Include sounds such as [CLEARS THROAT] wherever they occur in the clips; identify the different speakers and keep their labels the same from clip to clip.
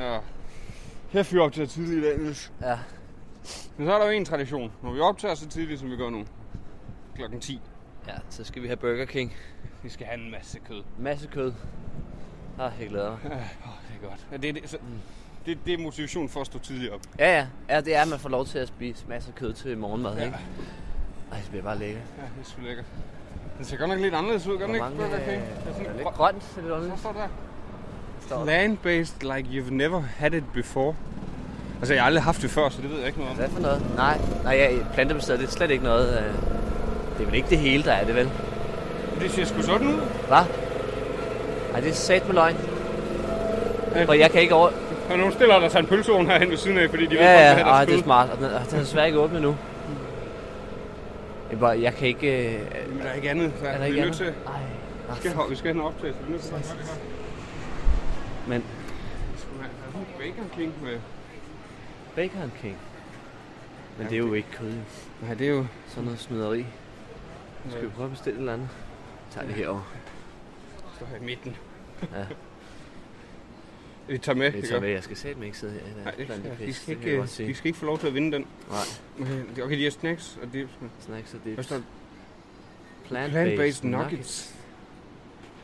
Speaker 1: Ja. Jeg fyrer op til at tidligt i dag, Niels.
Speaker 2: Ja.
Speaker 1: Men så er der jo en tradition. Når vi optager så tidligt, som vi gør nu. Klokken 10.
Speaker 2: Ja, så skal vi have Burger King.
Speaker 1: Vi skal have en masse kød.
Speaker 2: Masse kød. Ah, jeg glæder mig.
Speaker 1: [LAUGHS] Åh, det er godt. Mm. Ja, det, er det, så, det, det er motivation for at stå tidligt op.
Speaker 2: Ja, ja. Ja, det er, at man får lov til at spise masser af kød til morgenmad, ja. ikke? Ej, det bliver bare lækkert.
Speaker 1: Ja, det er sgu lækkert. Den ser godt nok lidt anderledes ud, gør den ikke?
Speaker 2: mange,
Speaker 1: Burger King?
Speaker 2: øh,
Speaker 1: Det er sådan
Speaker 2: der er
Speaker 1: lidt
Speaker 2: lidt grønt, lidt
Speaker 1: grøn- Hvad
Speaker 2: underligt.
Speaker 1: står der?
Speaker 2: Står der.
Speaker 1: Land-based like you've never had it before. Altså, jeg har aldrig haft det før, så det ved jeg ikke noget om.
Speaker 2: Hvad for noget? Nej, nej, ja, plantebaseret, det er slet ikke noget. Øh, det er vel ikke det hele, der er det, vel?
Speaker 1: Det ser sgu sådan ud.
Speaker 2: Hvad? Ej, det er sat med løgn.
Speaker 1: Øh.
Speaker 2: Og jeg kan ikke over...
Speaker 1: Og nu stiller der sig en pølseovn herhen ved siden af, fordi de ved,
Speaker 2: Ja,
Speaker 1: godt,
Speaker 2: ja,
Speaker 1: hvad
Speaker 2: ej, det
Speaker 1: der Mm.
Speaker 2: er smart. Og den, og den er desværre ikke åbnet nu. Jeg, bare, jeg kan ikke... Øh,
Speaker 1: Men der er ikke andet, så
Speaker 2: er
Speaker 1: er
Speaker 2: der
Speaker 1: vi
Speaker 2: ikke
Speaker 1: er nødt til...
Speaker 2: andet? Ej,
Speaker 1: Vi skal, have- vi skal have en optagelse. Vi er nødt til at
Speaker 2: men
Speaker 1: Vi skulle have- have en Bacon King med.
Speaker 2: Bacon King. Men det er jo ikke kød, jo.
Speaker 1: Nej, det er jo...
Speaker 2: Sådan noget snyderi. Skal vi prøve at bestille et eller andet? Jeg tager det herovre.
Speaker 1: [LAUGHS] Så her i midten.
Speaker 2: Ja.
Speaker 1: Vi tager med.
Speaker 2: Jeg
Speaker 1: det
Speaker 2: tager
Speaker 1: gør.
Speaker 2: med, jeg skal sætte mig ikke sidde her.
Speaker 1: Nej, det,
Speaker 2: er
Speaker 1: de, skal
Speaker 2: kan jeg
Speaker 1: ikke,
Speaker 2: godt
Speaker 1: de
Speaker 2: sige.
Speaker 1: skal ikke få lov til at vinde den.
Speaker 2: Nej,
Speaker 1: Okay, okay de har snacks, og det er
Speaker 2: snacks og dips.
Speaker 1: Hvad står der?
Speaker 2: Plant-based
Speaker 1: plant-based
Speaker 2: nuggets.
Speaker 1: nuggets.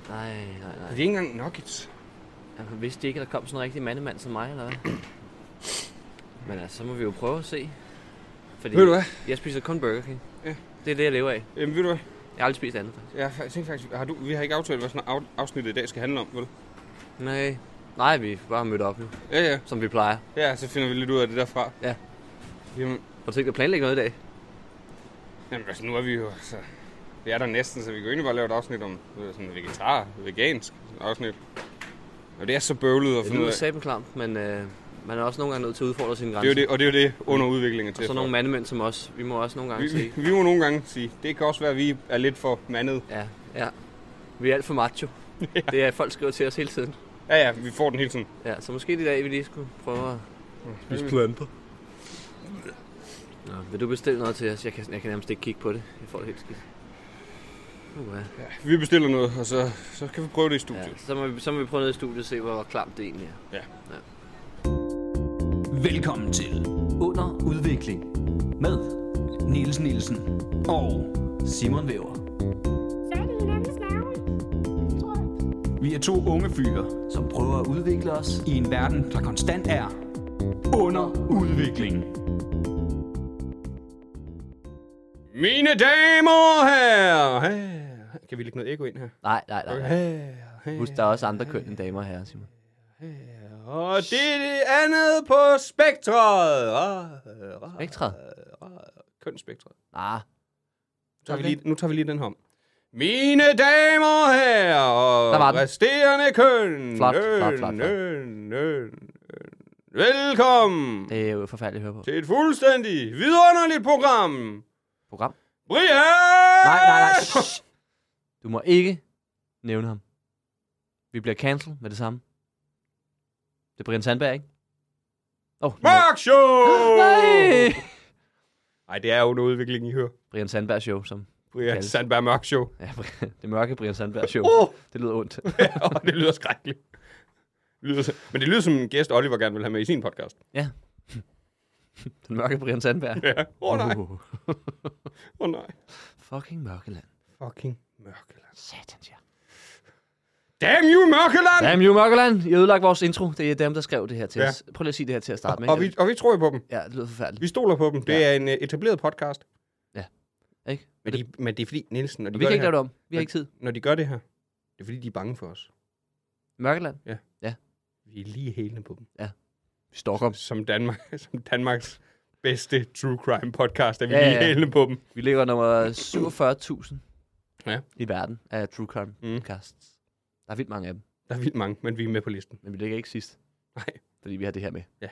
Speaker 2: Nej, nej,
Speaker 1: Det er
Speaker 2: nej.
Speaker 1: ikke engang nuggets.
Speaker 2: Jeg vidste ikke, at der kom sådan en rigtig mandemand som
Speaker 1: [CLEARS THROAT]
Speaker 2: mig, eller hvad? Men altså, så må vi jo prøve at se. Fordi
Speaker 1: Ved du hvad?
Speaker 2: jeg spiser kun Burger King.
Speaker 1: Ja.
Speaker 2: Det er det, jeg lever af.
Speaker 1: Jamen, ved du hvad?
Speaker 2: Jeg har aldrig spist andet, faktisk.
Speaker 1: Jeg har fa- tænkt faktisk, har du, vi har ikke aftalt, hvad sådan af- afsnittet i dag skal handle om, vel?
Speaker 2: Nej. Nej, vi er bare mødt op nu,
Speaker 1: Ja, ja.
Speaker 2: som vi plejer.
Speaker 1: Ja, så finder vi lidt ud af det derfra.
Speaker 2: Ja.
Speaker 1: Jamen,
Speaker 2: Har du tænkt dig at planlægge noget i dag?
Speaker 1: jamen altså, nu er vi jo altså... Vi er der næsten, så vi kan jo egentlig bare lave et afsnit om øh, sådan vegetar, vegansk afsnit. Og det er så bøvlet at
Speaker 2: Det
Speaker 1: finde ud
Speaker 2: lyder
Speaker 1: af.
Speaker 2: sabelklamt, men øh, man er også nogle gange nødt til at udfordre sine
Speaker 1: Det er
Speaker 2: grænser.
Speaker 1: jo det, og det er jo det under udviklingen til.
Speaker 2: Og så nogle mandemænd som os. Vi må også nogle gange
Speaker 1: vi,
Speaker 2: sige.
Speaker 1: vi, vi, må nogle gange sige, det kan også være, at vi er lidt for mandet.
Speaker 2: Ja, ja. Vi er alt for macho. ja. Det er, folk skriver til os hele tiden.
Speaker 1: Ja, ja, vi får den hele tiden.
Speaker 2: Ja, så måske i dag, vi lige skulle prøve at
Speaker 1: Mm.
Speaker 2: planter. Nå, vil du bestille noget til os? Jeg kan, jeg kan nærmest ikke kigge på det. Jeg får det helt skidt. Uh, ja.
Speaker 1: Vi bestiller noget, og så, så kan vi prøve det i studiet.
Speaker 2: ja. Så, må vi, så må vi prøve noget i studiet og se, hvor klamt det egentlig er.
Speaker 3: Velkommen til Under Udvikling med Niels Nielsen og Simon Væver.
Speaker 4: Så er det hinandens navn. Tror jeg.
Speaker 3: Vi er to unge fyre, som prøver at udvikle os i en verden, der konstant er under udvikling.
Speaker 1: Mine damer og herrer. Her. Kan vi lægge noget ekko ind her?
Speaker 2: Nej, nej, nej. nej.
Speaker 1: Her, her.
Speaker 2: Husk, der er også andre køn end damer og herrer, Simon.
Speaker 1: Og det er det andet på spektret. Ah, ah,
Speaker 2: Spektret?
Speaker 1: ah, Kønsspektret.
Speaker 2: Nej,
Speaker 1: Nu tager vi
Speaker 2: Okay.
Speaker 1: lige, nu tager vi lige den her om. Mine damer og herrer og
Speaker 2: Der var den.
Speaker 1: resterende køn.
Speaker 2: Flot, flot, flot, flot.
Speaker 1: Nøn, nøn, nøn. Velkommen
Speaker 2: det er jo forfærdeligt at høre på.
Speaker 1: til et fuldstændig vidunderligt program.
Speaker 2: Program?
Speaker 1: Brian!
Speaker 2: Nej, nej, nej. Shh. Du må ikke nævne ham. Vi bliver cancelled med det samme. Det er Brian Sandberg, ikke? Åh, oh,
Speaker 1: Mørk Show!
Speaker 2: [GASPS] nej!
Speaker 1: Nej, det er jo en udvikling, I hører.
Speaker 2: Brian Sandberg show, som...
Speaker 1: Brian
Speaker 2: Kaldes.
Speaker 1: Sandberg Mørk Show.
Speaker 2: Ja, det mørke Brian Sandberg show.
Speaker 1: [LAUGHS] Åh!
Speaker 2: Det lyder ondt.
Speaker 1: Ja, og det lyder skrækkeligt. Det lyder, så- men det lyder som en gæst, Oliver gerne vil have med i sin podcast.
Speaker 2: Den mørke Brian Sandberg.
Speaker 1: Ja. Åh oh, nej, åh
Speaker 2: Uh,
Speaker 1: oh, nej.
Speaker 2: fucking mørkeland.
Speaker 1: Fucking Mørkeland.
Speaker 2: Satans ja.
Speaker 1: Damn you, Mørkeland!
Speaker 2: Damn you, mørkeland. I ødelagt vores intro. Det er dem, der skrev det her til
Speaker 1: Ja.
Speaker 2: os. Prøv lige at sige det her til at starte med.
Speaker 1: Og vi, og vi tror jo på dem.
Speaker 2: Ja, det lyder forfærdeligt.
Speaker 1: Vi stoler på dem. Det
Speaker 2: Ja.
Speaker 1: er en øh, etableret podcast.
Speaker 2: Ikke?
Speaker 1: Men, de, men det er fordi, Nielsen, når de,
Speaker 2: Vi
Speaker 1: gør
Speaker 2: kan
Speaker 1: det
Speaker 2: ikke lave
Speaker 1: her,
Speaker 2: det om. Vi har ikke tid.
Speaker 1: når de gør det her, det er fordi, de er bange for os.
Speaker 2: Mørkeland.
Speaker 1: Vi er lige hælende på dem.
Speaker 2: Stockholm.
Speaker 1: Som, Danmark, [LAUGHS] som Danmarks bedste true crime podcast er vi
Speaker 2: Ja,
Speaker 1: ja,
Speaker 2: ja,
Speaker 1: lige
Speaker 2: ja.
Speaker 1: hælende på dem.
Speaker 2: Vi ligger nummer 47.000
Speaker 1: Ja.
Speaker 2: i verden af True Crime
Speaker 1: Mm.
Speaker 2: podcasts. Der er vildt mange af dem,
Speaker 1: Der er vildt mange, men vi er med på listen.
Speaker 2: men vi ligger ikke sidst.
Speaker 1: Nej.
Speaker 2: Fordi vi har det her med.
Speaker 1: Ja.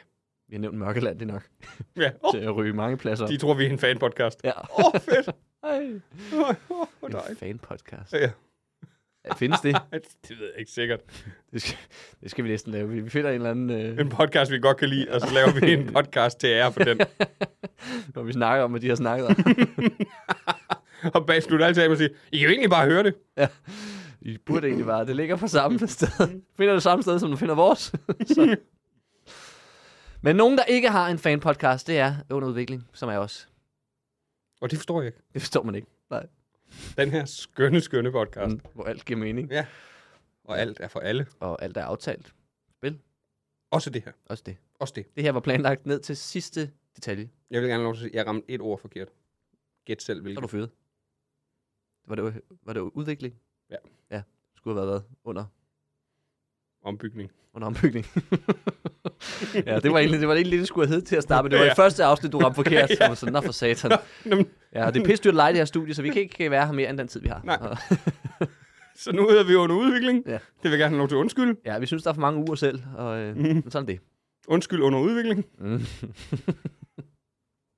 Speaker 2: Vi har nævnt Mørkeland, det er nok.
Speaker 1: Ja. Oh,
Speaker 2: Til at ryge mange pladser. op.
Speaker 1: de tror, vi er en fanpodcast.
Speaker 2: Ja.
Speaker 1: Åh, oh, fedt.
Speaker 2: [LAUGHS] Ej.
Speaker 1: Åh, oh, oh,
Speaker 2: En fan-podcast.
Speaker 1: Ja. [LAUGHS]
Speaker 2: Ja, findes det?
Speaker 1: Ej, Det ved jeg ikke sikkert.
Speaker 2: Det skal, det skal vi næsten lave. Vi vi finder en eller anden, øh,
Speaker 1: En podcast, vi godt kan lide, og så laver vi
Speaker 2: [LAUGHS]
Speaker 1: en podcast til ære for den.
Speaker 2: hvor vi snakker om, hvad de har
Speaker 1: [LAUGHS]
Speaker 2: snakket om.
Speaker 1: Og bag slutter altid af med at sige, I kan jo egentlig bare høre det.
Speaker 2: ja. I burde egentlig bare, det ligger på samme
Speaker 1: Mm.
Speaker 2: sted. Finder det samme sted, som du finder
Speaker 1: [LAUGHS]
Speaker 2: vores. Så. Men nogen, der ikke har en fanpodcast, det er under udvikling, som er os.
Speaker 1: Og det forstår jeg ikke.
Speaker 2: Det forstår man ikke. Nej.
Speaker 1: Den her skønne, skønne podcast. Mm.
Speaker 2: Hvor alt giver mening, Mm.
Speaker 1: Og alt er for alle.
Speaker 2: og alt er aftalt.
Speaker 1: Også det her.
Speaker 2: Også det.
Speaker 1: Også det.
Speaker 2: Det her var planlagt ned til sidste detalje.
Speaker 1: Jeg vil gerne have lov til at sige, at jeg ramte et ord forkert. Gæt selv,
Speaker 2: Så er
Speaker 1: hvilket.
Speaker 2: du fyret. Var det, var det udvikling?
Speaker 1: Ja.
Speaker 2: Ja, skulle have været hvad? under,
Speaker 1: Ombygning.
Speaker 2: under
Speaker 1: [LAUGHS]
Speaker 2: ombygning. ja, det var egentlig det, var egentlig, det, det skulle have heddet til at starte. men Det var
Speaker 1: Ja.
Speaker 2: i første afsnit, du ramte
Speaker 1: [LAUGHS]
Speaker 2: forkert. ja. Så nå for satan.
Speaker 1: Nå, men,
Speaker 2: Ja, og det er pisse dyrt at lege det her studie, så vi kan ikke være her mere end den tid, vi har.
Speaker 1: Nej.
Speaker 2: Og-
Speaker 1: så nu er vi under udvikling.
Speaker 2: Ja.
Speaker 1: Det vil jeg gerne have lov til at undskylde.
Speaker 2: Ja, vi synes, der er for mange uger selv, og øh,
Speaker 1: Mhm.
Speaker 2: mm. sådan er det.
Speaker 1: Undskyld under udvikling.
Speaker 2: Mm. [LAUGHS]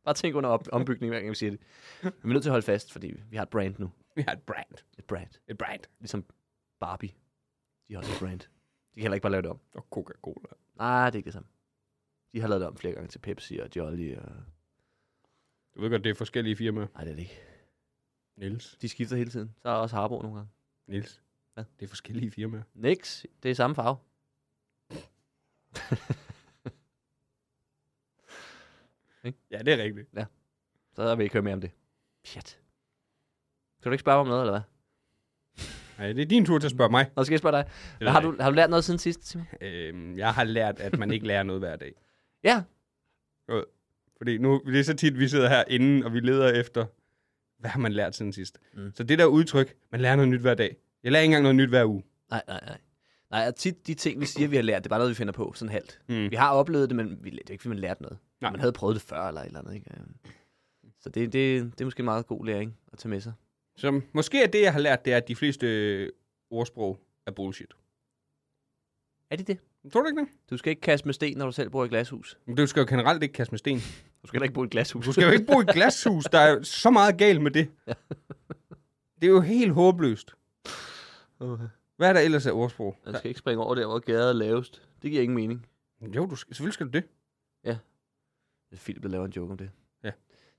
Speaker 2: Bare tænk under op- ombygning, hver gang vi siger det. Men vi er nødt til at holde fast, fordi vi har et brand nu.
Speaker 1: Vi har et brand.
Speaker 2: Et brand.
Speaker 1: Et brand.
Speaker 2: Ligesom Barbie. De har også et brand. De kan heller ikke bare lave det om.
Speaker 1: Og Coca-Cola.
Speaker 2: Nej, det er ikke det samme. De har lavet det om flere gange til Pepsi og Jolly og...
Speaker 1: Du ved godt, det er forskellige firmaer.
Speaker 2: Nej, det er det ikke.
Speaker 1: Nils.
Speaker 2: De skifter hele tiden. Så er også Harbo nogle gange.
Speaker 1: Nils.
Speaker 2: Hvad?
Speaker 1: Det er forskellige firmaer.
Speaker 2: Nix, det er samme farve.
Speaker 1: Ja, det er rigtigt.
Speaker 2: Så vil jeg ikke høre mere om det. Pjat. Kan du ikke spørge mig om noget, eller hvad?
Speaker 1: Nej, det er din tur til at spørge mig.
Speaker 2: Nå, skal jeg spørge dig.
Speaker 1: Det ved
Speaker 2: Hvad, har,
Speaker 1: jeg
Speaker 2: du, har du lært noget siden sidst, Simon?
Speaker 1: Øhm, jeg har lært, at man ikke lærer noget hver dag.
Speaker 2: Ja.
Speaker 1: Fordi nu, det er så tit, vi sidder herinde, og vi leder efter, hvad har man lært siden sidst?
Speaker 2: Mm.
Speaker 1: Mm. Så det der udtryk, man lærer noget nyt hver dag. Jeg lærer ikke engang noget nyt hver uge.
Speaker 2: Nej, nej, nej. Nej, og tit de ting, vi siger, vi har lært, det er bare noget, vi finder på, sådan halvt.
Speaker 1: Mm.
Speaker 2: Vi har oplevet det, men vi, det er ikke, fordi man lærte noget.
Speaker 1: Nej.
Speaker 2: Man havde prøvet det før eller et eller andet, ikke? Øhm, Så det, det, det er måske meget god læring at tage med sig.
Speaker 1: Så måske er det, jeg har lært, det er, at de fleste øh, ordsprog er bullshit.
Speaker 2: Er det det?
Speaker 1: Tror du ikke det?
Speaker 2: Du skal ikke kaste med sten, når du selv bor i et glashus.
Speaker 1: Men Du skal jo generelt ikke kaste med sten.
Speaker 2: Du skal heller ikke bo i et glashus.
Speaker 1: Du skal jo ikke bo i et glashus. Der er jo så meget galt med det. Det er jo helt håbløst. Hvad er der ellers af ordsprog?
Speaker 2: Man skal ikke springe over der, hvor gader er lavest. Det giver ingen mening.
Speaker 1: Jo, du skal, selvfølgelig skal du det.
Speaker 2: Philip der laver en joke om det.
Speaker 1: Ja.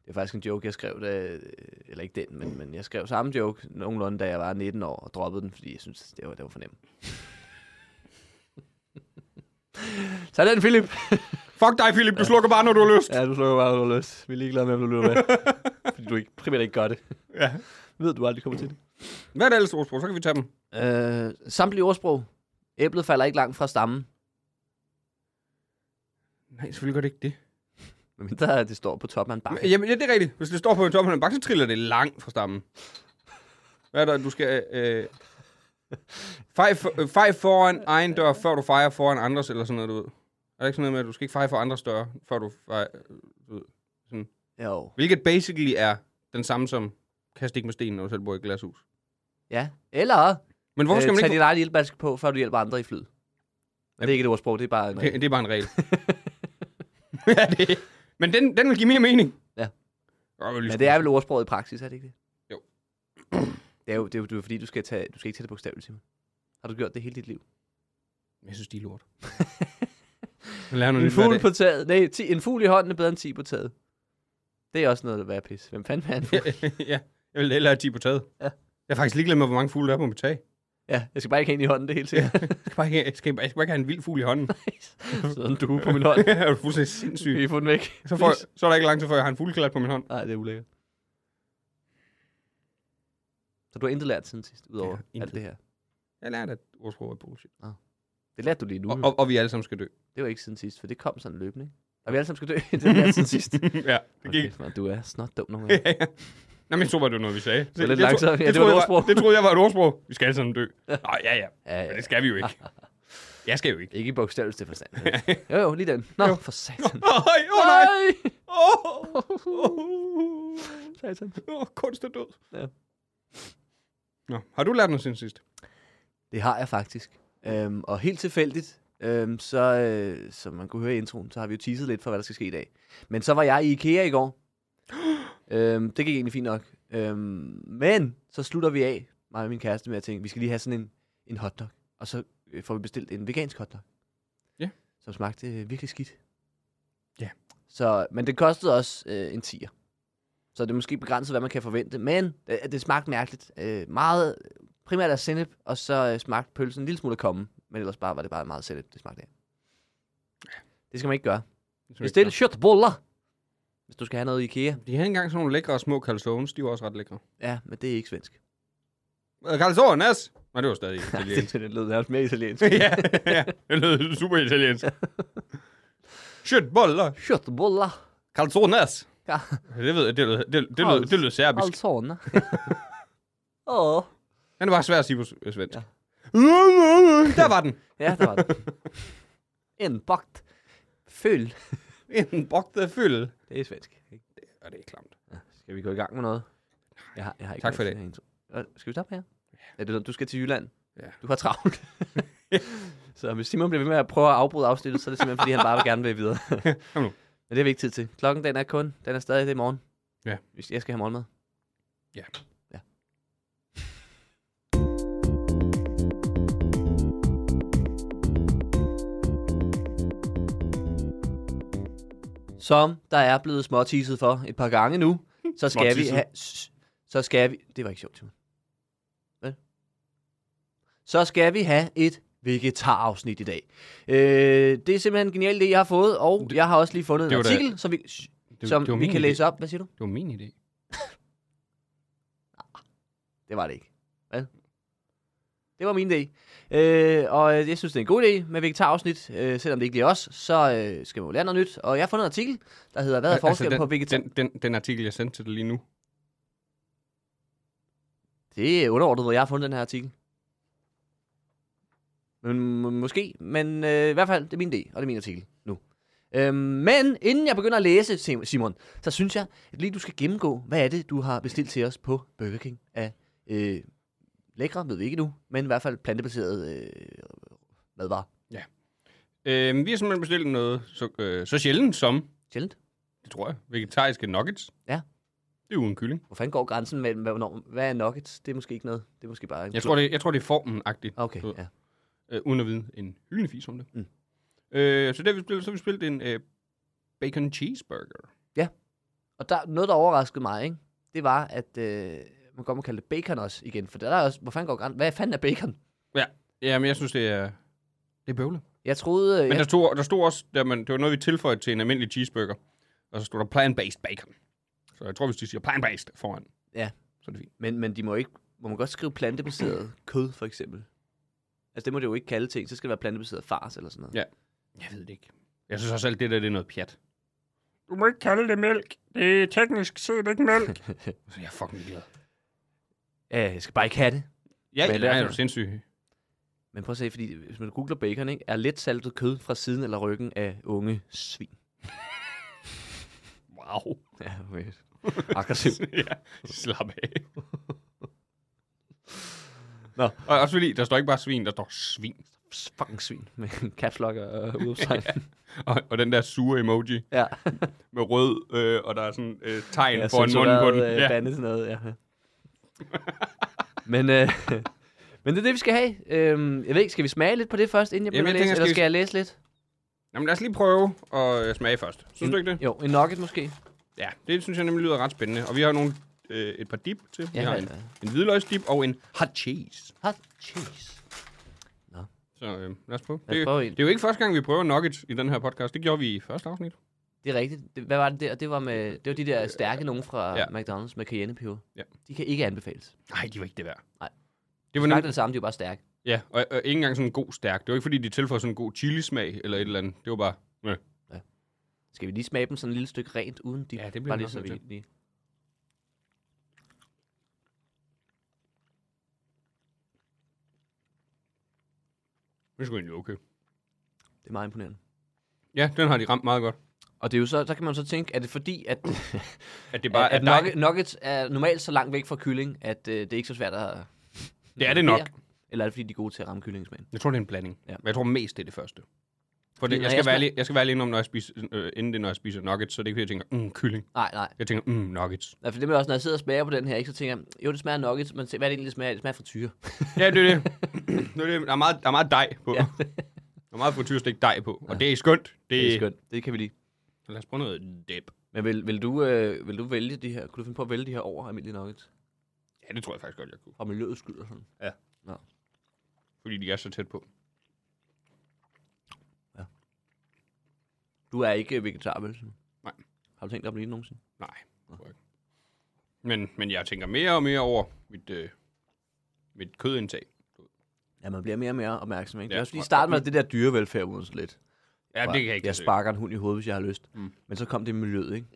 Speaker 2: Det er faktisk en joke, jeg skrev, da, eller ikke den, men, men jeg skrev samme joke nogenlunde, da jeg var 19 år, og droppede den, fordi jeg synes det var, det var for [LAUGHS] nemt. Tag den, Philip!
Speaker 1: Fuck dig, Philip. Du slukker bare, når du har lyst.
Speaker 2: Ja, du slukker bare, når du har lyst. Vi er ligeglade med, om du lytter [LAUGHS] med. fordi du ikke, primært ikke gør det.
Speaker 1: Ja.
Speaker 2: Vi ved, du aldrig kommer til det.
Speaker 1: Hvad er der ellers af ordsprog? Så kan vi tage dem.
Speaker 2: Øh, samtlige ordsprog. Æblet falder ikke langt fra stammen.
Speaker 1: Nej, selvfølgelig gør det ikke det.
Speaker 2: Men der det står på toppen af en bakke.
Speaker 1: Jamen, ja, det er rigtigt. Hvis det står på en toppen af en bakke, så triller det langt fra stammen. Hvad er der, du skal... Øh, fej, for, øh, fej foran egen dør, før du fejrer foran andres, eller sådan noget, du ved. Er der ikke sådan noget med, at du skal ikke feje for andres dør, før du fejer, du ved.
Speaker 2: Jo.
Speaker 1: Hvilket basically er den samme som kast ikke med sten, når du selv bor i et glashus.
Speaker 2: Ja. Eller
Speaker 1: Men hvorfor skal
Speaker 2: øh,
Speaker 1: man
Speaker 2: tag
Speaker 1: ikke...
Speaker 2: din egen ildbaske på, før du hjælper andre i flyet. Men det er ikke et ordsprog, det er
Speaker 1: [LAUGHS]
Speaker 2: bare en
Speaker 1: Det,
Speaker 2: regel.
Speaker 1: det er bare en
Speaker 2: [LAUGHS]
Speaker 1: regel. ja, det, men den, den vil give mere mening.
Speaker 2: Ja.
Speaker 1: Og
Speaker 2: Men det er vel ordsproget i praksis, er det ikke det?
Speaker 1: Jo.
Speaker 2: [CLEARS THROAT] Det er jo, det er jo, det er jo fordi, du skal, tage, du skal ikke tage det bogstaveligt, Simon. Har du gjort det hele dit liv?
Speaker 1: Mm, Jeg synes, de er lort.
Speaker 2: [LAUGHS]
Speaker 1: Man lærer noget
Speaker 2: En
Speaker 1: nyt hver
Speaker 2: fugl
Speaker 1: dag.
Speaker 2: på taget. Nej, ti, en fugl i hånden er bedre end 10 på taget. Det er også noget, der er pis. Hvem fanden er en fugl?
Speaker 1: [LAUGHS] [LAUGHS] ja, jeg vil hellere have 10 på taget.
Speaker 2: Ja.
Speaker 1: Jeg er faktisk ligeglad med, hvor mange fugle der er på mit tag.
Speaker 2: Ja, jeg skal bare ikke have en i hånden, det er helt sikkert.
Speaker 1: Jeg skal bare ikke, jeg skal, jeg skal bare ikke have en vild fugl i hånden.
Speaker 2: [LAUGHS] Sådan en due på min hånd.
Speaker 1: [LAUGHS] jeg er fuldstændig sindssyg.
Speaker 2: Kan I få den væk?
Speaker 1: Så, får,
Speaker 2: Please?
Speaker 1: jeg- så er der ikke lang tid, før jeg har en fugleklat på min hånd.
Speaker 2: Nej, det er ulækkert. Så du har intet lært siden sidst, udover
Speaker 1: Ja,
Speaker 2: ja, alt
Speaker 1: intet.
Speaker 2: det her.
Speaker 1: Jeg lærte, at ordsprog er bullshit.
Speaker 2: Det lærte du lige nu.
Speaker 1: Og,
Speaker 2: jo.
Speaker 1: og, og, vi alle sammen skal dø.
Speaker 2: Det var ikke siden sidst, for det kom sådan løbende. ikke? Og vi alle sammen skal dø. [LAUGHS] det lærte jeg siden sidst.
Speaker 1: ja, det gik.
Speaker 2: Okay, man, du er snart dum nogle
Speaker 1: [LAUGHS] Ja,
Speaker 2: gange.
Speaker 1: ja. Nå, men jeg tror bare, det var noget, vi sagde.
Speaker 2: lidt
Speaker 1: tro-
Speaker 2: langsomt. Ja, det var
Speaker 1: troede
Speaker 2: et
Speaker 1: jeg
Speaker 2: ordsprog.
Speaker 1: det troede jeg var et ordsprog. Vi skal alle sammen dø. Nå, ja, ja.
Speaker 2: Ja,
Speaker 1: Men
Speaker 2: ja.
Speaker 1: det skal vi jo [LAUGHS] ikke. Jeg skal jo ikke.
Speaker 2: Ikke i bogstaveligste forstand. [LAUGHS] jo, jo, lige den. Nå, for satan.
Speaker 1: Ej, Åh, oh, nej.
Speaker 2: Nej!
Speaker 1: Åh, oh,
Speaker 2: Satan.
Speaker 1: oh, oh, kunst er død.
Speaker 2: Ja.
Speaker 1: Nå, har du lært noget siden sidst?
Speaker 2: Det har jeg faktisk. Øhm, og helt tilfældigt, øhm, så, øh, som man kunne høre i introen, så har vi jo teaset lidt for, hvad der skal ske i dag. Men så var jeg i IKEA i
Speaker 1: [GASPS]
Speaker 2: går. øhm, det gik egentlig fint nok. Øhm, men så slutter vi af, mig og min kæreste, med at tænke, vi skal lige have sådan en, en hotdog. Og så øh, får vi bestilt en vegansk hotdog.
Speaker 1: Ja.
Speaker 2: Som smagte øh, virkelig skidt.
Speaker 1: Ja.
Speaker 2: Så, men det kostede også øh, en tier. Så det er måske begrænset, hvad man kan forvente. Men det, det smagte mærkeligt. Øh, meget Primært af sennep, og så øh, smagte pølsen en lille smule af komme. Men ellers bare, var det bare meget sennep, det smagte af. Det skal man ikke gøre.
Speaker 1: synes
Speaker 2: Hvis
Speaker 1: jeg
Speaker 2: det
Speaker 1: ikke,
Speaker 2: er köttbullar, hvis du skal have noget i IKEA.
Speaker 1: De havde engang sådan nogle lækre små calzones. De var også ret lækre.
Speaker 2: Ja, men det er ikke svensk.
Speaker 1: Øh, Calzones! Nej, det var [LAUGHS] stadig italiensk.
Speaker 2: det, det lød nærmest mere italiensk.
Speaker 1: ja, ja, det lød super italiensk. Shitboller.
Speaker 2: Köttbullar.
Speaker 1: Calzones.
Speaker 2: Ja.
Speaker 1: Det ved jeg, det lød, det, det, lød, det lød serbisk.
Speaker 2: [LAUGHS] Alzone. Åh.
Speaker 1: Den var svær at sige på s- øh, svensk.
Speaker 2: Ja.
Speaker 1: [LAUGHS] Der var den.
Speaker 2: Ja, der var [LAUGHS] det. Indbagt. Fyld.
Speaker 1: En bogte fyld.
Speaker 2: Det er svensk. ikke?
Speaker 1: Ja, det er klamt.
Speaker 2: Skal vi gå i gang med noget? Jeg har, jeg har ikke
Speaker 1: Tak for
Speaker 2: noget
Speaker 1: i
Speaker 2: til her intro. Øh, Skal vi stoppe her? Er det noget, du skal til Jylland?
Speaker 1: Ja.
Speaker 2: Du har
Speaker 1: [LAUGHS]
Speaker 2: travlt. så hvis Simon bliver ved med at prøve at afbryde afsnittet, så er det simpelthen, fordi han bare vil gerne vil videre.
Speaker 1: Kom nu.
Speaker 2: Men det er vi ikke tid til. Klokken den er kun, den er stadig det er i morgen.
Speaker 1: Ja.
Speaker 2: Hvis jeg skal have morgenmad.
Speaker 1: Ja.
Speaker 2: Ja. Som der er blevet småtisset for et par gange nu, så skal vi
Speaker 1: Småtisset.
Speaker 2: have... Shh. Så skal vi... Det var ikke sjovt, Simon. Hvad? Så skal vi have et vegetarafsnit i dag. Øh, det er simpelthen en genial idé, jeg har fået, og jeg har også lige fundet en
Speaker 1: det var da-
Speaker 2: artikel, som vi, shh,
Speaker 1: Det,
Speaker 2: som
Speaker 1: det var
Speaker 2: vi
Speaker 1: min
Speaker 2: kan
Speaker 1: idé.
Speaker 2: læse op. Hvad siger du?
Speaker 1: Det var min idé.
Speaker 2: Det var det ikke. Hvad? Det var min idé. Øh, og øh, jeg synes, det er en god idé med vegetarafsnit. Øh, selvom det ikke lige er os, så øh, skal man jo lære noget nyt. Og jeg har fundet en artikel, der hedder, hvad er forskellen
Speaker 1: altså, den,
Speaker 2: på vegetar...
Speaker 1: den, den, den artikel, jeg sendte til dig lige nu.
Speaker 2: Det er underordnet, hvor jeg har fundet den her artikel. Men, må- måske, men øh, i hvert fald, det er min idé, og det er min artikel nu. Øhm, men inden jeg begynder at læse, Sim- Simon, så synes jeg, at lige du skal gennemgå, hvad er det, du har bestilt til os på Burger King af øh, lækre, ved vi ikke nu, men i hvert fald plantebaserede øh, madvarer.
Speaker 1: Øh, vi har simpelthen bestilt noget så, øh, så sjældent som,
Speaker 2: Sjældent.
Speaker 1: det tror jeg, vegetariske nuggets.
Speaker 2: Ja.
Speaker 1: Det er jo en kylling.
Speaker 2: Hvor fanden går grænsen mellem, hvad, hvornår, hvad er nuggets? Det er måske ikke noget. Det er måske bare en
Speaker 1: Jeg tror, det, jeg tror, det er formen-agtigt.
Speaker 2: Okay,
Speaker 1: Du ved,
Speaker 2: ja.
Speaker 1: øh, uden at vide en hyldende fis om det.
Speaker 2: Mm.
Speaker 1: Øh, så der har vi spillet, så har vi spillet en øh, bacon cheeseburger.
Speaker 2: Og der, noget, der overraskede mig, ikke? det var, at øh, man godt må kalde det bacon også igen. For der er også, hvor fanden går grænsen? Hvad fanden er bacon?
Speaker 1: Ja, men jeg synes, det er, det er bøvlet.
Speaker 2: Jeg troede... Øh,
Speaker 1: Men der
Speaker 2: jeg,
Speaker 1: stod, der stod også, der man, det var noget, vi tilføjede til en almindelig cheeseburger. Og så stod der plant-based bacon. Så jeg tror, hvis de siger plant-based foran,
Speaker 2: Ja.
Speaker 1: så er det fint.
Speaker 2: men, men de må ikke... Må man godt skrive plantebaseret kød, for eksempel? Altså, det må det jo ikke kalde ting. Så skal det være plantebaseret fars eller sådan noget.
Speaker 1: Ja. Jeg ved det ikke. Jeg synes også alt det der, det er noget pjat. Du må ikke kalde det mælk. Det er teknisk set ikke mælk. så jeg er fucking glad.
Speaker 2: Ja. Øh, jeg skal bare ikke have det.
Speaker 1: Ja,
Speaker 2: Hvad er
Speaker 1: men
Speaker 2: det
Speaker 1: det er
Speaker 2: for
Speaker 1: jo
Speaker 2: noget?
Speaker 1: sindssygt.
Speaker 2: Men prøv at se, fordi hvis man googler bacon, ikke, er let saltet kød fra siden eller ryggen af unge svin.
Speaker 1: Wow.
Speaker 2: Ja, okay. Aggressivt.
Speaker 1: ja, slap af.
Speaker 2: Nå.
Speaker 1: Og også fordi, der står ikke bare svin, der står svin.
Speaker 2: Fucking svin med en caps lock og udopstegn.
Speaker 1: Og, og den der sure emoji
Speaker 2: ja.
Speaker 1: med rød, øh, og der er sådan øh, tegn
Speaker 2: Ja,
Speaker 1: ja, foran munden på den.
Speaker 2: censureret, Øh, ja.
Speaker 1: ja.
Speaker 2: Bandet, sådan noget, ja. men, øh, men det er det, vi skal have. Øhm, jeg ved ikke, skal vi smage lidt på det først, inden jeg
Speaker 1: Jamen,
Speaker 2: begynder
Speaker 1: jeg
Speaker 2: at læse?
Speaker 1: tænker,
Speaker 2: Eller
Speaker 1: skal vi-
Speaker 2: skal jeg læse lidt?
Speaker 1: Jamen lad os lige prøve at øh, smage først. Synes du ikke det?
Speaker 2: Jo, en nugget måske.
Speaker 1: Ja, det synes jeg nemlig lyder ret spændende. Og vi har nogle, øh, et par dip til. Vi
Speaker 2: Ja, altså.
Speaker 1: har
Speaker 2: ja,
Speaker 1: en,
Speaker 2: ja.
Speaker 1: en hvidløgsdip og en hot cheese.
Speaker 2: Hot cheese.
Speaker 1: Så øh, lad os prøve.
Speaker 2: Lad os
Speaker 1: Det,
Speaker 2: prøve en.
Speaker 1: det er jo ikke første gang, vi prøver nuggets i den her podcast. Det gjorde vi i første afsnit.
Speaker 2: Det er rigtigt. Det, hvad var det der? Det var, med, det var de der stærke nogen fra ja.
Speaker 1: Ja.
Speaker 2: McDonald's med cayennepeber.
Speaker 1: Ja.
Speaker 2: De kan ikke anbefales.
Speaker 1: Nej, de var ikke det værd.
Speaker 2: Nej.
Speaker 1: Det var
Speaker 2: Det er
Speaker 1: nemlig,
Speaker 2: det samme, de er jo bare stærke.
Speaker 1: ja, og, og, ikke engang sådan en god stærk. Det var ikke, fordi de tilføjede sådan en god chili-smag eller et eller andet. Det var bare... Øh.
Speaker 2: Skal vi lige smage dem sådan et lille stykke rent uden de?
Speaker 1: Ja, det bliver
Speaker 2: bare
Speaker 1: vi
Speaker 2: lige,
Speaker 1: nok
Speaker 2: så
Speaker 1: nødt
Speaker 2: vi
Speaker 1: til.
Speaker 2: lige.
Speaker 1: Det er sgu egentlig okay.
Speaker 2: Det er meget imponerende.
Speaker 1: Ja, den har de ramt meget godt.
Speaker 2: Og det er jo så, så kan man så tænke, er det fordi, at,
Speaker 1: At det bare
Speaker 2: at,
Speaker 1: at,
Speaker 2: at
Speaker 1: er
Speaker 2: nugget, nuggets er normalt så langt væk fra kylling, at øh, det er ikke så svært at
Speaker 1: Det er det nok.
Speaker 2: vurderer, Eller er det fordi, de er gode til at ramme kyllingesmagen?
Speaker 1: Jeg tror, det er en blanding.
Speaker 2: Ja.
Speaker 1: Ja. Men jeg tror mest, det er det første. For
Speaker 2: Fordi
Speaker 1: det, jeg,
Speaker 2: når jeg
Speaker 1: skal
Speaker 2: smager-
Speaker 1: være lige, jeg skal være lige om, når jeg spiser, øh, inden det, når jeg spiser nuggets, så det er ikke, fordi jeg tænker, mm, kylling.
Speaker 2: Nej, nej.
Speaker 1: Jeg tænker, mm, nuggets.
Speaker 2: Nej, for det med også, når jeg sidder og smager på den her, ikke, så tænker jeg, jo, det smager nuggets, men se, hvad er det egentlig, det smager? af? Det smager frityre.
Speaker 1: Ja, det er det. [LAUGHS] det, er det. Der, er meget, der er meget dej på.
Speaker 2: Ja.
Speaker 1: Ja. Der er meget frityrstik dej på. Og det er skønt. Det,
Speaker 2: Det er skønt. Det kan vi lide.
Speaker 1: Så Lad os prøve noget dip.
Speaker 2: Men vil, vil, du, øh, vil du vælge de her, kunne du finde på at vælge de her over almindelige nuggets?
Speaker 1: Ja, det tror jeg faktisk godt, jeg kunne.
Speaker 2: Fra miljøets skyld og sådan.
Speaker 1: Fordi de er så tæt på.
Speaker 2: Du er ikke øh, vegetar, vel? Simon?
Speaker 1: Nej.
Speaker 2: Har du tænkt dig at blive det nogensinde?
Speaker 1: Nej, det tror jeg ikke. Men, men jeg tænker mere og mere over mit, øh, mit kødindtag.
Speaker 2: Ja, man bliver mere og mere opmærksom, ikke? Ja. Det
Speaker 1: Ja.
Speaker 2: er også lige i starten var det der dyrevelfærd uden sådan lidt.
Speaker 1: Ja, det kan jeg ikke.
Speaker 2: Jeg
Speaker 1: forsøge.
Speaker 2: sparker en hund i hovedet, hvis jeg har lyst.
Speaker 1: Mm.
Speaker 2: Men så kom det miljøet, ikke?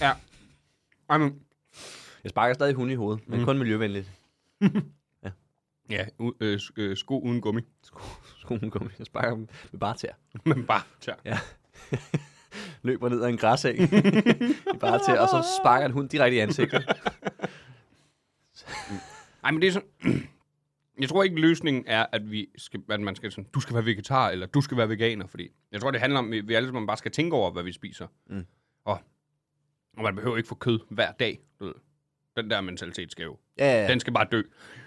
Speaker 1: Ja. Ej, men,
Speaker 2: Jeg sparker stadig hunde i hovedet, men
Speaker 1: Mm.
Speaker 2: kun miljøvenligt.
Speaker 1: ja, u- øh, sk- øh, sko uden gummi. [LAUGHS]
Speaker 2: Skoen kom, jeg sparker dem med bare tæer.
Speaker 1: men bare tør.
Speaker 2: Løber ned ad en græsæk
Speaker 1: [LAUGHS]
Speaker 2: i bare tæer, og så sparker en hund direkte i ansigtet.
Speaker 1: Ej, men det er sådan... [CLEARS THROAT] Jeg tror ikke, løsningen er, at, vi skal, at man skal sådan, du skal være vegetar, eller du skal være veganer, fordi jeg tror, det handler om, at vi alle sammen bare skal tænke over, hvad vi spiser.
Speaker 2: Mm.
Speaker 1: Og, og man behøver ikke få kød hver dag. Du ved. Den der mentalitet skal jo.
Speaker 2: Ja, ja, ja.
Speaker 1: Den skal bare dø.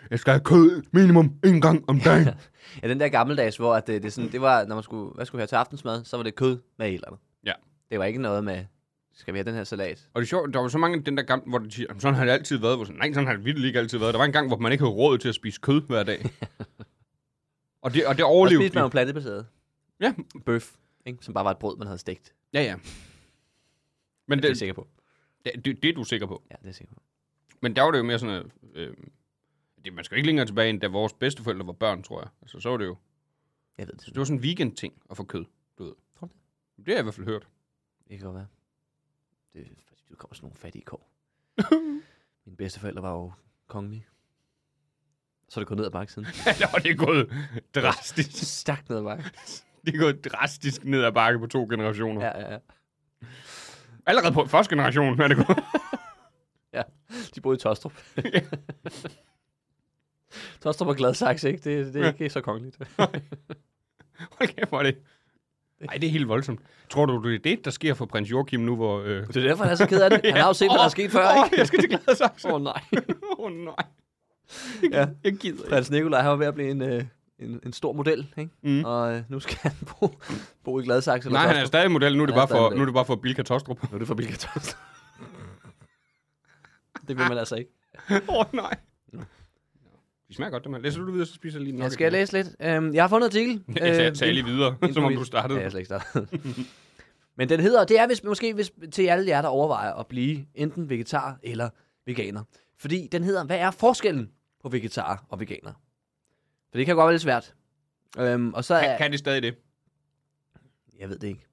Speaker 1: Jeg skal have kød minimum en gang om
Speaker 2: [LAUGHS]
Speaker 1: dagen.
Speaker 2: ja, den der gammeldags, hvor at øh, det, det, er sådan, det var, når man skulle, hvad skulle vi have til aftensmad, så var det kød med et eller andet.
Speaker 1: Ja.
Speaker 2: Det var ikke noget med, skal vi have den her salat?
Speaker 1: Og det er sjovt, der var så mange af den der gamle, hvor de siger, "Jamen, sådan har det altid været. Hvor sådan, Nej, sådan har det virkelig ikke altid været. Der var en gang, hvor man ikke havde råd til at spise kød hver dag. og det, og det
Speaker 2: Og
Speaker 1: overlevede
Speaker 2: spiste man jo
Speaker 1: de.
Speaker 2: plantebaseret.
Speaker 1: Ja.
Speaker 2: Bøf, ikke? som bare var et brød, man havde stegt. Det,
Speaker 1: Ja, ja. Men
Speaker 2: det er jeg
Speaker 1: det, det,
Speaker 2: sikker på.
Speaker 1: det, det, er du sikker på.
Speaker 2: Ja, det er jeg sikker på.
Speaker 1: Men der var det jo mere sådan, øh, øh, det, man skal jo ikke længere tilbage, end da vores bedsteforældre var børn, tror jeg. Altså, så var det jo.
Speaker 2: Jeg ved det.
Speaker 1: Det var sådan en weekend-ting at få kød, du ved.
Speaker 2: Tror du
Speaker 1: det? har jeg i hvert fald hørt. [LAUGHS]
Speaker 2: Det kan godt være. Det er fordi, du kommer sådan nogle fattige kår. [LAUGHS] Mine bedsteforældre var jo kongelige. Så er det gået ned ad bakke [LAUGHS] siden.
Speaker 1: Eller det er gået drastisk.
Speaker 2: Stak ned ad bakke.
Speaker 1: Det er gået drastisk ned ad bakke på to generationer. Ja.
Speaker 2: Ja, ja, ja.
Speaker 1: Allerede på første generation er det gået.
Speaker 2: De boede i [LAUGHS] Tostrup. Tostrup og Gladsaxe, ikke? Det, det er ikke så kongeligt.
Speaker 1: [LAUGHS] Hold kæft, hvor er det. Ej, det er helt voldsomt. Tror du, det er det, der sker for prins Joachim nu, hvor... Øh...
Speaker 2: Det er derfor, han er så ked af det. Han har jo set, hvad der er
Speaker 1: Åh,
Speaker 2: sket før,
Speaker 1: åh,
Speaker 2: ikke?
Speaker 1: jeg skal til Gladsaxe.
Speaker 2: Åh, oh, nej.
Speaker 1: Åh, oh, nej.
Speaker 2: Ja.
Speaker 1: Jeg gider ikke.
Speaker 2: Prins Nikolaj, han var ved at blive en, øh, en, en stor model, ikke?
Speaker 1: Mm.
Speaker 2: Og øh, nu skal han bo, bo i Gladsaxe. eller
Speaker 1: Nej, han er
Speaker 2: Tostrup.
Speaker 1: stadig model. Nu er det,
Speaker 2: Han
Speaker 1: bare
Speaker 2: er
Speaker 1: for,
Speaker 2: stadig
Speaker 1: nu er det bare for Bilka [LAUGHS] Tostrup. Åh,
Speaker 2: Nu er det for Bilka Tostrup. det vil man altså ikke.
Speaker 1: oh, nej. De smager godt, dem her. Læser du det videre, så spiser jeg lige nok.
Speaker 2: Jeg skal jeg læse lidt. Øhm, jeg har fundet en
Speaker 1: [LAUGHS]
Speaker 2: artikel.
Speaker 1: Jeg tager, tager lige videre, [LAUGHS]
Speaker 2: ind-
Speaker 1: som om
Speaker 2: ind-
Speaker 1: du startede.
Speaker 2: Ja, jeg er slet ikke startet. [LAUGHS] Men den hedder, det er hvis, måske hvis, til alle jer, der overvejer at blive enten vegetar eller veganer. Fordi den hedder, hvad er forskellen på vegetar og veganer? For det kan godt være lidt svært. Øhm, og så er,
Speaker 1: Kan, kan det stadig det?
Speaker 2: jeg ved det ikke.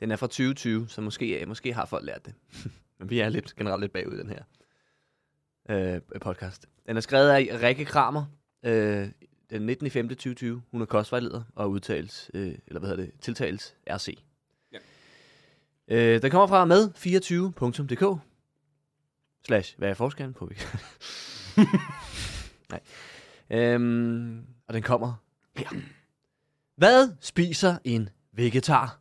Speaker 2: Den er fra 2020, så måske, øh, måske har folk lært det. [LAUGHS] Men vi er lidt, generelt lidt bagud i den her øh, podcast. Den er skrevet af Rikke Kramer øh, den 19. 5. 2020. Hun er kostvejleder og udtales, øh, eller hvad hedder det, tiltales RC.
Speaker 1: Ja.
Speaker 2: Øh, den kommer fra med 24.dk slash, hvad er forskellen på? [LAUGHS] Nej. Øhm, og den kommer her. Hvad spiser en vegetar?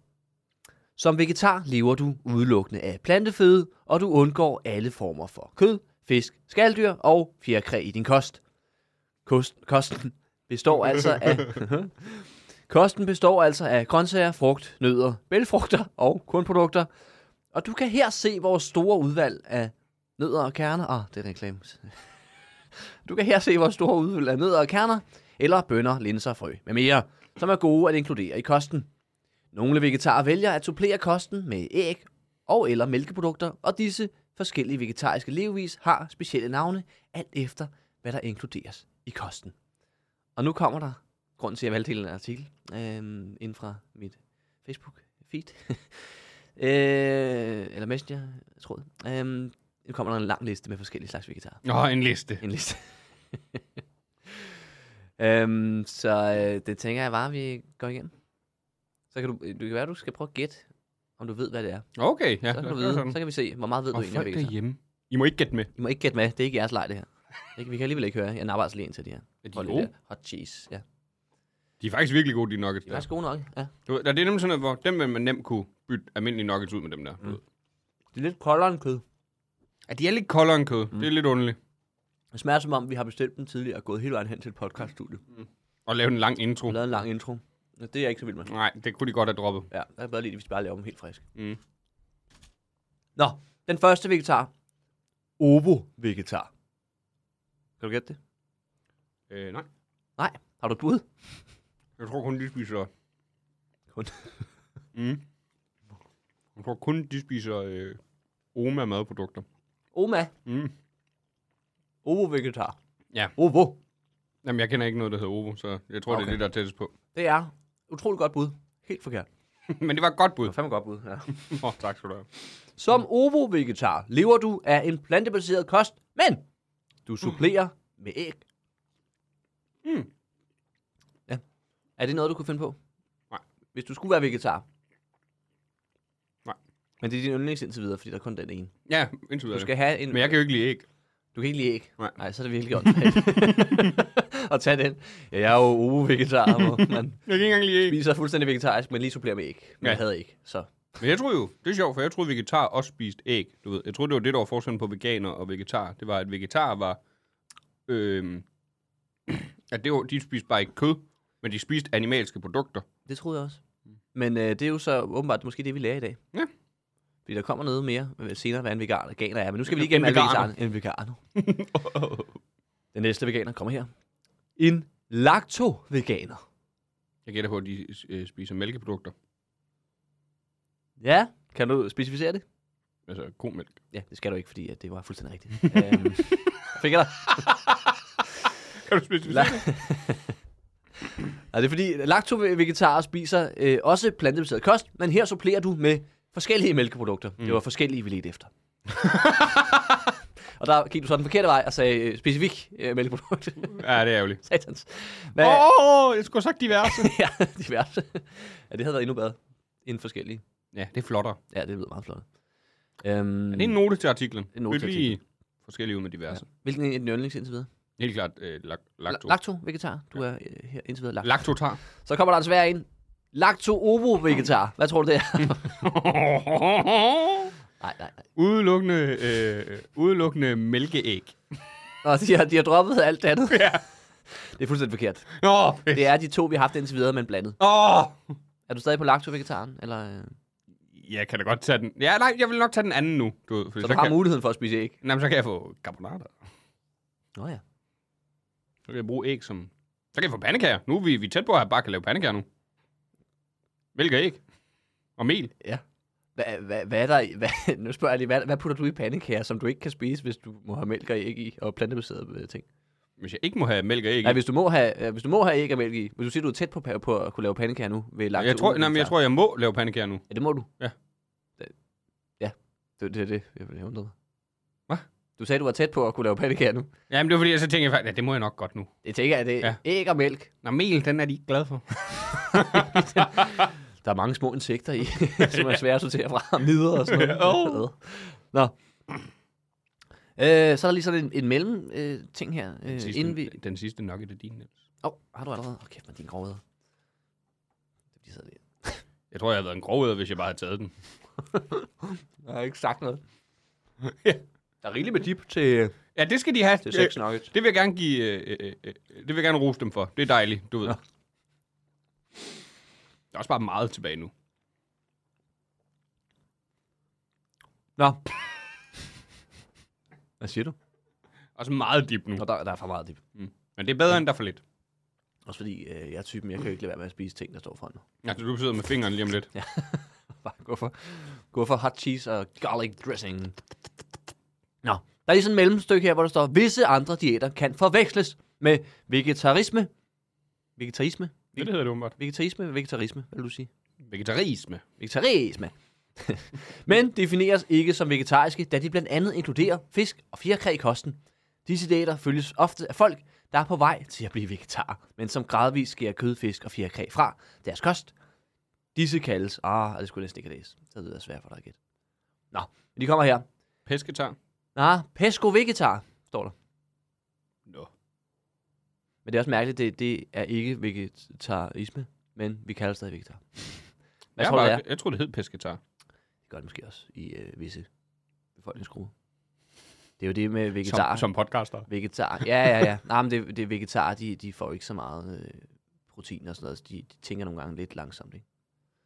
Speaker 2: Som vegetar lever du udelukkende af planteføde, og du undgår alle former for kød, fisk, skaldyr og fjerkræ i din kost. kost kosten består altså af... [LAUGHS] kosten består altså af grøntsager, frugt, nødder, bælfrugter og kornprodukter. Og du kan her se vores store udvalg af nødder og kerner. Ah, det er reklame. [LAUGHS] Du kan her se vores store udvalg af nødder og kerner, eller bønner, linser, frø med mere, som er gode at inkludere i kosten. Nogle vegetarer vælger at supplere kosten med æg og eller mælkeprodukter, og disse forskellige vegetariske levevis har specielle navne, alt efter hvad der inkluderes i kosten. Og nu kommer der, grund til at jeg valgte hele den artikel, øhm, ind fra mit Facebook-feed, [LAUGHS] øh, eller Messenger-tråd, øhm, nu kommer der en lang liste med forskellige slags vegetarer
Speaker 1: Åh, oh, en liste.
Speaker 2: en liste. [LAUGHS] øhm, så øh, det tænker jeg bare, vi går igen. Så kan du, øh, du kan være, du skal prøve at gætte, om du ved, hvad det er.
Speaker 1: Okay, ja.
Speaker 2: så,
Speaker 1: lad
Speaker 2: kan
Speaker 1: os
Speaker 2: du
Speaker 1: gøre
Speaker 2: vide,
Speaker 1: sådan.
Speaker 2: så kan vi se, hvor meget ved du
Speaker 1: Og
Speaker 2: egentlig om
Speaker 1: folk
Speaker 2: vegetar.
Speaker 1: derhjemme. I må ikke gætte med.
Speaker 2: I må ikke gætte med, det er ikke jeres leg, det her. Ikke, vi kan alligevel ikke høre, jeg napper altså lige ind til de her.
Speaker 1: Er de
Speaker 2: Hold det
Speaker 1: gode?
Speaker 2: der Hot cheese, ja.
Speaker 1: De er faktisk virkelig gode, de nuggets
Speaker 2: De er
Speaker 1: der.
Speaker 2: faktisk gode nok, ja.
Speaker 1: Du ved, Det er nemlig sådan, noget, hvor dem vil man nemt kunne bytte almindelige nuggets ud med dem der. Mm.
Speaker 2: Det er lidt koldere end kød.
Speaker 1: Ja, de er lidt koldere end kød. Mm. Det er lidt underligt.
Speaker 2: Det smager som om, vi har bestilt dem tidligere og gået hele vejen hen til et podcaststudie.
Speaker 1: Og lave en lang intro.
Speaker 2: Og lavet en lang intro. Ja, Det er jeg ikke så vild med.
Speaker 1: Nej, det kunne de godt have droppet.
Speaker 2: Ja, jeg kan bedre lide, det, hvis de bare laver dem helt frisk.
Speaker 1: Mm.
Speaker 2: Nå, den første vegetar. Ovo-vegetar. Kan du gætte det?
Speaker 1: Øh, nej.
Speaker 2: Nej. Har du et bud?
Speaker 1: Jeg tror kun, de spiser...
Speaker 2: Kun.
Speaker 1: Mm. Jeg tror kun, de spiser øh, Oma-madprodukter.
Speaker 2: Oma.
Speaker 1: Mm.
Speaker 2: Ovo-vegetar.
Speaker 1: Ja.
Speaker 2: Ovo.
Speaker 1: Jamen, jeg kender ikke noget, der hedder Ovo, så jeg tror, okay. det
Speaker 2: Okay.
Speaker 1: er det, der er tættest på. [LAUGHS]
Speaker 2: Det er utrolig godt bud. Helt forkert.
Speaker 1: Men det var et godt bud.
Speaker 2: Det var fandme godt bud, ja.
Speaker 1: Åh, oh, [LAUGHS] tak skal du have.
Speaker 2: Som ovo-vegetar lever du af en plantebaseret kost, men du supplerer med æg.
Speaker 1: Mm.
Speaker 2: Ja. Er det noget, du kunne finde på?
Speaker 1: Nej.
Speaker 2: Hvis du skulle være vegetar?
Speaker 1: Nej.
Speaker 2: Men det er din yndlings indtil videre, fordi der er kun den ene.
Speaker 1: Ja, indtil
Speaker 2: Du
Speaker 1: videre.
Speaker 2: skal have en...
Speaker 1: Men jeg kan jo ikke lide æg.
Speaker 2: Du kan ikke lide æg?
Speaker 1: Nej.
Speaker 2: Nej, så er det virkelig godt. [LAUGHS] og tage den. Ja, jeg er jo ovo-vegetar, hvor
Speaker 1: [LAUGHS]
Speaker 2: man
Speaker 1: Jeg kan ikke engang lide æg.
Speaker 2: spiser fuldstændig vegetarisk, men lige supplerer med æg. Men
Speaker 1: Ja.
Speaker 2: jeg havde ikke, så...
Speaker 1: Men jeg troede jo, det er sjovt, for jeg troede, vegetar også spiste æg. Du ved. Jeg troede, det var det, der var forskellen på veganer og vegetar. Det var, at vegetar var... Øhm, [CLEARS THROAT] at det var, de spiste bare ikke kød, men de spiste animalske produkter.
Speaker 2: [LAUGHS] Det troede jeg også. Men øh, det er jo så åbenbart måske det, vi lærer i dag.
Speaker 1: Mm. Ja. Fordi
Speaker 2: Fordi der kommer noget mere øh, senere, hvad en vegan veganer er. Men nu skal vi lige
Speaker 1: En
Speaker 2: igennem, hvad
Speaker 1: veganer.
Speaker 2: vegetaren en veganer. Den næste veganer kommer her. En lacto-veganer.
Speaker 1: Jeg gætter på, at de øh, spiser mælkeprodukter.
Speaker 2: Ja, kan du specificere det?
Speaker 1: Altså komælk.
Speaker 2: Ja, det skal du ikke, fordi at det var fuldstændig rigtigt.
Speaker 1: [LAUGHS]
Speaker 2: øhm, fik jeg dig?
Speaker 1: Kan du spise
Speaker 2: La- [LAUGHS] Nej, det er fordi, lacto-vegetarer spiser øh, også plantebaseret kost, men her supplerer du med forskellige mælkeprodukter. Mm. Det var forskellige, vi ledte efter. [LAUGHS] og der gik du så den forkerte vej og sagde øh, specifik øh, mælkeprodukt.
Speaker 1: Ja, det er ærgerligt.
Speaker 2: [LAUGHS] Satans. Hvad?
Speaker 1: Åh, oh, jeg skulle have sagt [LAUGHS] diverse.
Speaker 2: [LAUGHS] ja, diverse. ja, det havde været endnu bedre end forskellige.
Speaker 1: ja, det er flottere.
Speaker 2: Ja, det lyder meget flot. Øhm,
Speaker 1: Er det en note til artiklen? Det
Speaker 2: en note til
Speaker 1: lige forskellige ud med diverse.
Speaker 2: Hvilken en er din yndlings indtil videre?
Speaker 1: Ja. Helt klart øh, lak- lacto.
Speaker 2: Lacto-vegetar. Du er øh, her indtil videre lacto. [LAUGHS]
Speaker 1: Lactotar.
Speaker 2: Så kommer der en svær en. Lacto-ovo-vegetar. Hvad tror du,
Speaker 1: [LAUGHS]
Speaker 2: det er? nej, nej, nej.
Speaker 1: udelukkende, øh, udelukkende mælkeæg.
Speaker 2: Nå, de har, de har droppet alt det andet. Ja. [LAUGHS] Det er fuldstændig forkert.
Speaker 1: Nå, fedt.
Speaker 2: Det er de to, vi har haft indtil videre, men blandet.
Speaker 1: Åh!
Speaker 2: Er du stadig på lacto-vegetaren? Eller, øh,
Speaker 1: Jeg kan da godt tage den. Ja, nej, jeg vil nok tage den anden nu. Du, ved, fordi
Speaker 2: så du har
Speaker 1: kan,
Speaker 2: muligheden for at spise æg?
Speaker 1: Jamen, så kan jeg få carbonara.
Speaker 2: Nå ja.
Speaker 1: Så kan jeg bruge æg som... Så kan jeg få pandekager. Nu er vi, vi er tæt på, at jeg bare kan lave pandekager nu. Hvilke æg? Og mel.
Speaker 2: Hvad, hvad, hvad er der, hvad, [LAUGHS] nu spørger jeg lige, hvad, hvad putter du i pandekager, som du ikke kan spise, hvis du må have mælk og æg i, og plantebaserede øh, ting?
Speaker 1: Hvis jeg ikke må have mælk og æg i.
Speaker 2: Nej, hvis du, må have, øh, hvis du må have æg og mælk i, hvis du siger, du er tæt på, pa- på at kunne lave pandekager nu ved lagt
Speaker 1: jeg, tror, nej, men jeg tror, jeg må lave pandekager nu.
Speaker 2: Ja, det må du.
Speaker 1: Ja.
Speaker 2: Da- Ja, det, det er det, jeg ville undre mig.
Speaker 1: Hva?
Speaker 2: Du sagde, du var tæt på at kunne lave pandekager nu.
Speaker 1: Jamen, det var fordi, jeg så tænkte, jeg, faktisk, ja, det må jeg nok godt nu.
Speaker 2: Det tænker jeg, det er
Speaker 1: Ja.
Speaker 2: æg og mælk.
Speaker 1: Nå, mel, den er de ikke glade for.
Speaker 2: Der er mange små insekter
Speaker 1: [LAUGHS]
Speaker 2: i, [LAUGHS] som er svære at sortere fra. Midder og sådan noget.
Speaker 1: Åh.
Speaker 2: Nå. Øh, så er der lige sådan en, en mellem øh, ting her. Øh,
Speaker 1: Den sidste,
Speaker 2: inden vi...
Speaker 1: den sidste nugget er din, Niels.
Speaker 2: Åh, oh, har du allerede? Åh, oh, kæft, man, din grovheder. Det er fordi, jeg sidder der.
Speaker 1: Jeg tror, jeg havde været en grovøder, hvis jeg bare havde taget den.
Speaker 2: Jeg har ikke sagt noget.
Speaker 1: [LAUGHS] Ja.
Speaker 2: Der er rigeligt med dip til,
Speaker 1: Ja, det skal de have.
Speaker 2: til seks nuggets.
Speaker 1: Det vil jeg gerne give, øh, øh, øh, det vil jeg gerne rose dem for. Det er dejligt, du ved.
Speaker 2: Nå.
Speaker 1: Der er også bare meget tilbage nu.
Speaker 2: Nå. Hvad siger du?
Speaker 1: Også Altså meget dip nu.
Speaker 2: Nå, der, der er for meget dip.
Speaker 1: Men det er bedre, end der er for lidt.
Speaker 2: Også fordi øh, jeg er typen, jeg kan jo ikke lade være med at spise ting, der står foran mig. [LAUGHS]
Speaker 1: Altså, du sidder med fingeren lige om lidt.
Speaker 2: Bare gå for, gå for hot cheese og garlic dressing. Nå, der er lige sådan et mellemstykke her, hvor der står, visse andre diæter kan forveksles med vegetarisme. Vegetarisme?
Speaker 1: Det, det hedder det åbenbart.
Speaker 2: Vegetarisme? Vegetarisme, hvad vil du sige?
Speaker 1: Vegetarisme.
Speaker 2: Vegetarisme. [LAUGHS] Men defineres ikke som vegetariske, da de blandt andet inkluderer fisk og fjerkræ i kosten. Disse diæter følges ofte af folk, der er på vej til at blive vegetarer, men som gradvist skærer kød, fisk og fjerkræ fra deres kost. Disse kaldes... Ah, det skulle jeg næsten ikke have læst. Så lyder det svært for dig at gætte. Nå, men de kommer her.
Speaker 1: Pesketar.
Speaker 2: Nå, pesco vegetar, står der.
Speaker 1: Nå.
Speaker 2: Men det er også mærkeligt, det, det er ikke vegetarisme, men vi kalder det stadig vegetar. Hvad
Speaker 1: Jeg,
Speaker 2: tror du, det er?
Speaker 1: bare, jeg tror, det hed pesketar.
Speaker 2: Det gør det måske også i øh, visse befolkningsgrupper. Det er jo det med vegetarer.
Speaker 1: Som, som podcaster.
Speaker 2: Vegetar. Ja, ja,
Speaker 1: [LAUGHS]
Speaker 2: ja. Nej, men det, det er vegetarer, de, de får ikke så meget øh, protein og sådan noget. Så de, de tænker nogle gange lidt langsomt, ikke?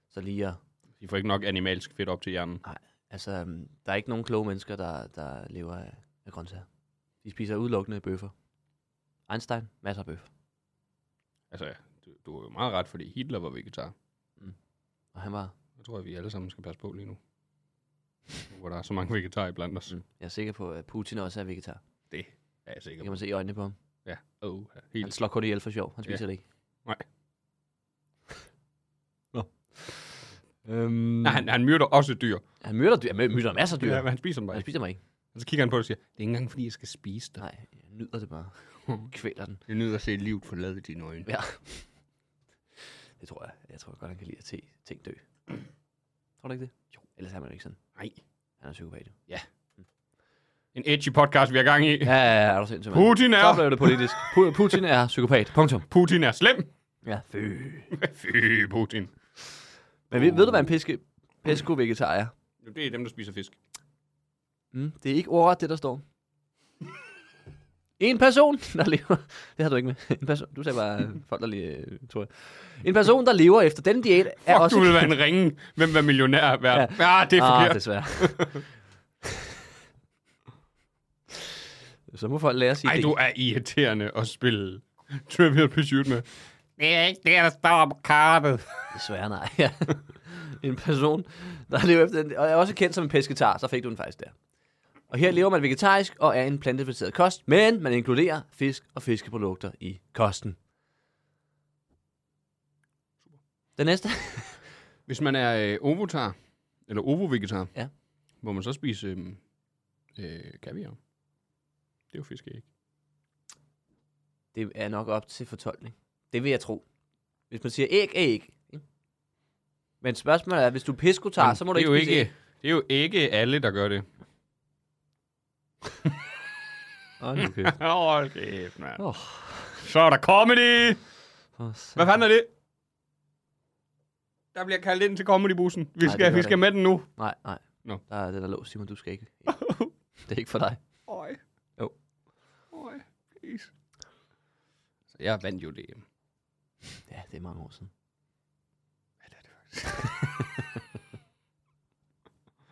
Speaker 2: Så lige at,
Speaker 1: De får ikke nok animalsk fedt op til hjernen.
Speaker 2: Altså, øhm, der er ikke nogen kloge mennesker, der, der lever af, af grøntsager. De spiser udelukkende bøffer. Einstein, masser af bøf.
Speaker 1: Altså, ja, du, du er jo meget ret, fordi Hitler var vegetar.
Speaker 2: Og han var,
Speaker 1: Jeg tror, at vi alle sammen skal passe på lige nu. Nu, Hvor der er så mange vegetarer blandt os.
Speaker 2: jeg er sikker på, at Putin også er vegetar.
Speaker 1: Det er jeg
Speaker 2: Det
Speaker 1: sikker
Speaker 2: kan
Speaker 1: på.
Speaker 2: man se i øjnene på ham.
Speaker 1: Ja. Oh, ja.
Speaker 2: Han
Speaker 1: Helt.
Speaker 2: slår kun ihjel for sjov. Han spiser det ikke.
Speaker 1: Nej.
Speaker 2: Nå. Øhm,
Speaker 1: Nej, han, han myrder også dyr.
Speaker 2: han myrder, dyr, han myrder masser af dyr.
Speaker 1: Ja, men han spiser dem bare
Speaker 2: han
Speaker 1: ikke.
Speaker 2: spiser mig ikke.
Speaker 1: Og så kigger han på det og siger, det er ikke engang, fordi jeg skal spise dig.
Speaker 2: Nej, jeg nyder det [LAUGHS] bare. Kvæler den.
Speaker 1: Jeg nyder at se livet forlade dine øjne.
Speaker 2: Ja. Det tror jeg. Jeg tror godt, han kan lide at se ting dø. Tror du ikke det? Jo. Ellers er man jo ikke sådan.
Speaker 1: Nej.
Speaker 2: Han er psykopat. jo.
Speaker 1: En edgy podcast, vi er gang i.
Speaker 2: Ja, ja, ja, er du sindssygt, mand.
Speaker 1: Putin er-
Speaker 2: Så blev det politisk. Pu- Putin er psykopat. Punktum.
Speaker 1: Putin er slem. [LAUGHS]
Speaker 2: Ja, fy.
Speaker 1: Fy, Putin.
Speaker 2: Men ved, ved du, hvad en piske, pesko-vegetar er?
Speaker 1: Jo, Det er dem, der spiser fisk.
Speaker 2: Mm, det er ikke ordret, det der står. En person, der lever... [LAUGHS] Det har du ikke med. En person, du sagde bare øh, folk, der lige, tror jeg. En person, der lever efter den diæt, er
Speaker 1: Fuck,
Speaker 2: også...
Speaker 1: du vil være en ringe. Hvem var millionær værd?
Speaker 2: Ja.
Speaker 1: Ja. ja, det er
Speaker 2: ah,
Speaker 1: forkert.
Speaker 2: desværre. Så må folk lære at sige
Speaker 1: Ej,
Speaker 2: det.
Speaker 1: du er irriterende at spille Trivial Pursuit med. Det er ikke det, der står på kartet.
Speaker 2: Desværre nej. Ja. en person, der lever efter den, og er også kendt som en pesketar, så fik du den faktisk der. Og her lever man vegetarisk og er en plantebaseret kost, men man inkluderer fisk og fiskeprodukter i kosten. Den næste.
Speaker 1: Hvis man er øh, ovotar, eller ovo-vegetar,
Speaker 2: Ja.
Speaker 1: må man så spise øh, øh, kaviar. Det er jo fiskeæg.
Speaker 2: Det er nok op til fortolkning. Det vil jeg tro. Hvis man siger æg, er æg. ikke? Men spørgsmålet er, hvis du er peskotar,
Speaker 1: Men
Speaker 2: Ah, så må du
Speaker 1: det er
Speaker 2: ikke
Speaker 1: jo
Speaker 2: spise æg.
Speaker 1: ikke, Det er jo ikke alle, der gør det.
Speaker 2: Åh, nu kæft.
Speaker 1: Hold kæft, mand.
Speaker 2: Åh.
Speaker 1: Så er der comedy!
Speaker 2: Åh,
Speaker 1: Hvad fanden er det? Der bliver kaldt ind til comedybussen. Vi
Speaker 2: Nej,
Speaker 1: skal,
Speaker 2: det gør
Speaker 1: vi
Speaker 2: det
Speaker 1: skal med den nu.
Speaker 2: Nej, nej.
Speaker 1: Nå.
Speaker 2: Der er den der lås, Simon. Du skal ikke. [LAUGHS] Det er ikke for dig.
Speaker 1: Øj.
Speaker 2: Jo.
Speaker 1: Øj, please. Så jeg vandt jo det.
Speaker 2: Ja, det er mange år siden.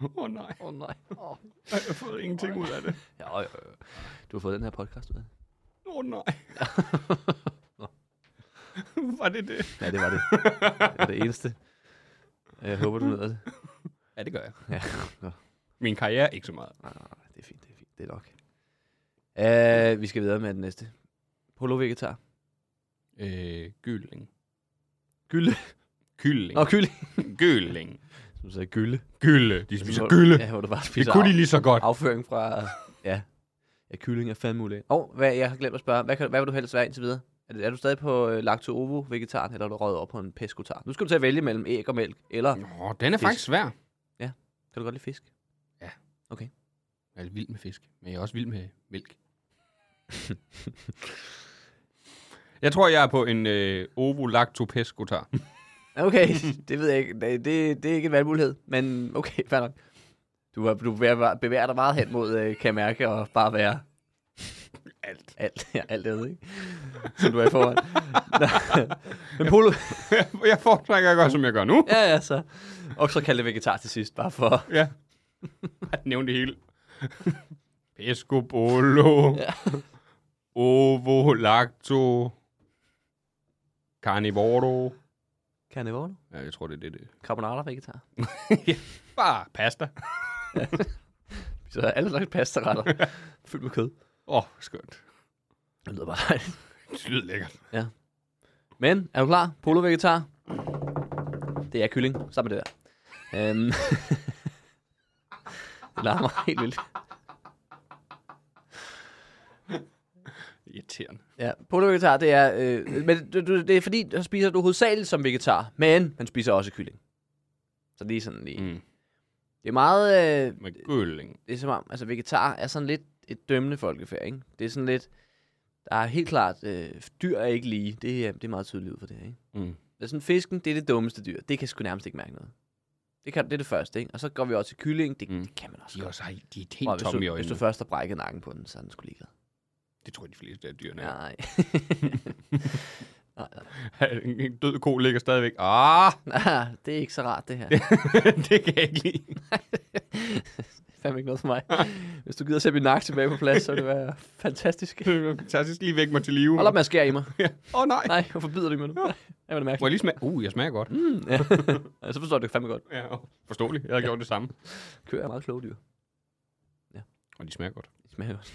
Speaker 1: Åh oh, nej,
Speaker 2: Åh oh, nej. Oh.
Speaker 1: jeg har fået ingenting ud af det.
Speaker 2: Ja, jo, jo. Du har fået den her podcast ud af det.
Speaker 1: Åh oh, nej. [LAUGHS] Var det det?
Speaker 2: Ja, det var [LAUGHS] det. Det var det eneste. Jeg håber, du nyder det.
Speaker 1: Ja, det gør jeg.
Speaker 2: Ja, Nå,
Speaker 1: Min karriere ikke så meget.
Speaker 2: det er fint, det er fint. Det er nok. Uh, vi skal videre med den næste. Polo-vegetar.
Speaker 1: Øh, gylling.
Speaker 2: Gylde.
Speaker 1: Kylling.
Speaker 2: Nå, gylde.
Speaker 1: Gylling.
Speaker 2: Du sagde gylde.
Speaker 1: Gylle. De spiser gylle.
Speaker 2: Ja, hvor du bare
Speaker 1: Det
Speaker 2: spiser
Speaker 1: kunne
Speaker 2: af-
Speaker 1: de lige så godt.
Speaker 2: afføring fra... Ja. Ja, kylling er fandme ulækkert. Og hvad, jeg har glemt at spørge, hvad, kan, hvad vil du helst være indtil videre? Er, det, er du stadig på øh, lacto-ovo-vegetaren, eller er du røget over på en pescotar? Nu skal du til at vælge mellem æg og mælk, eller
Speaker 5: Mm.
Speaker 2: kan
Speaker 1: Nå, den er faktisk svær.
Speaker 2: du godt lide fisk?
Speaker 1: Jeg er vild med fisk, men jeg er også vild med mælk. [LAUGHS] jeg tror, jeg er på en øh, ovolactopescotar.
Speaker 2: Okay, [LAUGHS] det ved jeg ikke. Det, det, det er ikke en valgmulighed, men okay, fair nok. Du, er- du bevæger, bevæger dig meget hen mod, øh, kan jeg mærke, og bare være
Speaker 1: Alt.
Speaker 2: alt, ja, alt det, ikke? Som du er i forhånd. [LAUGHS] men polo...
Speaker 1: [LAUGHS] jeg foretrækker at gøre, som jeg gør nu.
Speaker 2: Ja, ja, så... Og så kalde det vegetar til sidst, bare for...
Speaker 1: Ja. [LAUGHS] Jeg nævnte det hele. [LAUGHS] Pesco, bolo, [LAUGHS]
Speaker 2: Ja.
Speaker 1: ovo, lacto, carnivoro.
Speaker 2: Carnivore?
Speaker 1: Ja, jeg tror, det er det. det.
Speaker 2: Carbonara vegetar.
Speaker 1: Bare pasta.
Speaker 2: Så er alle slags pastaretter fyldt med kød.
Speaker 1: Åh, oh, skønt.
Speaker 2: Det lyder bare dejligt.
Speaker 1: Det lyder lækkert.
Speaker 2: Men, er du klar? Polo-vegetar? Det er kylling. Sammen med det der. Øhm. [LAUGHS] det larmer helt vildt.
Speaker 1: Irriterende.
Speaker 2: Ja, polo-vegetar, det er... Øh, men du, du, det er fordi, så spiser du hovedsageligt som vegetar, men man spiser også kylling. Så lige sådan lige... Mm.
Speaker 1: Mm.
Speaker 2: Det er meget... Øh,
Speaker 1: Med gylling.
Speaker 2: det er som om, altså vegetar er sådan lidt et dømmende folkefærd, ikke? Det er sådan lidt, der er helt klart, øh, dyr er ikke lige, det er, det er meget tydeligt ud for det her, ikke?
Speaker 1: Mm.
Speaker 2: Det er sådan, fisken, det er det dummeste dyr, det kan sgu nærmest ikke mærke noget. Det, kan, det er det første, ikke? Og så går vi over til kylling, det,
Speaker 1: Mm.
Speaker 2: mm. det kan man også
Speaker 1: De er
Speaker 2: godt.
Speaker 1: også de er
Speaker 2: Prøv,
Speaker 1: helt
Speaker 2: hvis, du,
Speaker 1: tomme i
Speaker 2: hvis du
Speaker 1: øjnene.
Speaker 2: først har brækket nakken på den, så er den sgu ligeglad.
Speaker 1: Det tror jeg, de fleste af dyrene er.
Speaker 2: Ja.
Speaker 5: [LAUGHS]
Speaker 2: Nej. [LAUGHS] nej,
Speaker 1: En en død ko ligger stadigvæk. Ah,
Speaker 5: [LAUGHS]
Speaker 2: nej, det er ikke så rart, det her.
Speaker 1: det kan jeg ikke lide.
Speaker 2: fandme ikke noget for mig. Hvis du gider sætte min nakke tilbage på plads, så vil det være fantastisk.
Speaker 5: Fantastisk, lige væk mig til live.
Speaker 2: Hold op med at skære i mig.
Speaker 5: Åh, oh, nej.
Speaker 2: Nej, hvorfor bider du i mig nu? Nej, det var det
Speaker 5: Må
Speaker 2: mærkeligt.
Speaker 5: jeg lige smage? Uh, jeg smager godt.
Speaker 2: Mm, ja. [LAUGHS] Ej, så forstår du det fandme godt.
Speaker 5: Ja, åh, forståeligt. Jeg har gjort det samme.
Speaker 2: Køer er meget kloge dyr.
Speaker 5: Og de smager godt.
Speaker 2: Det smager godt.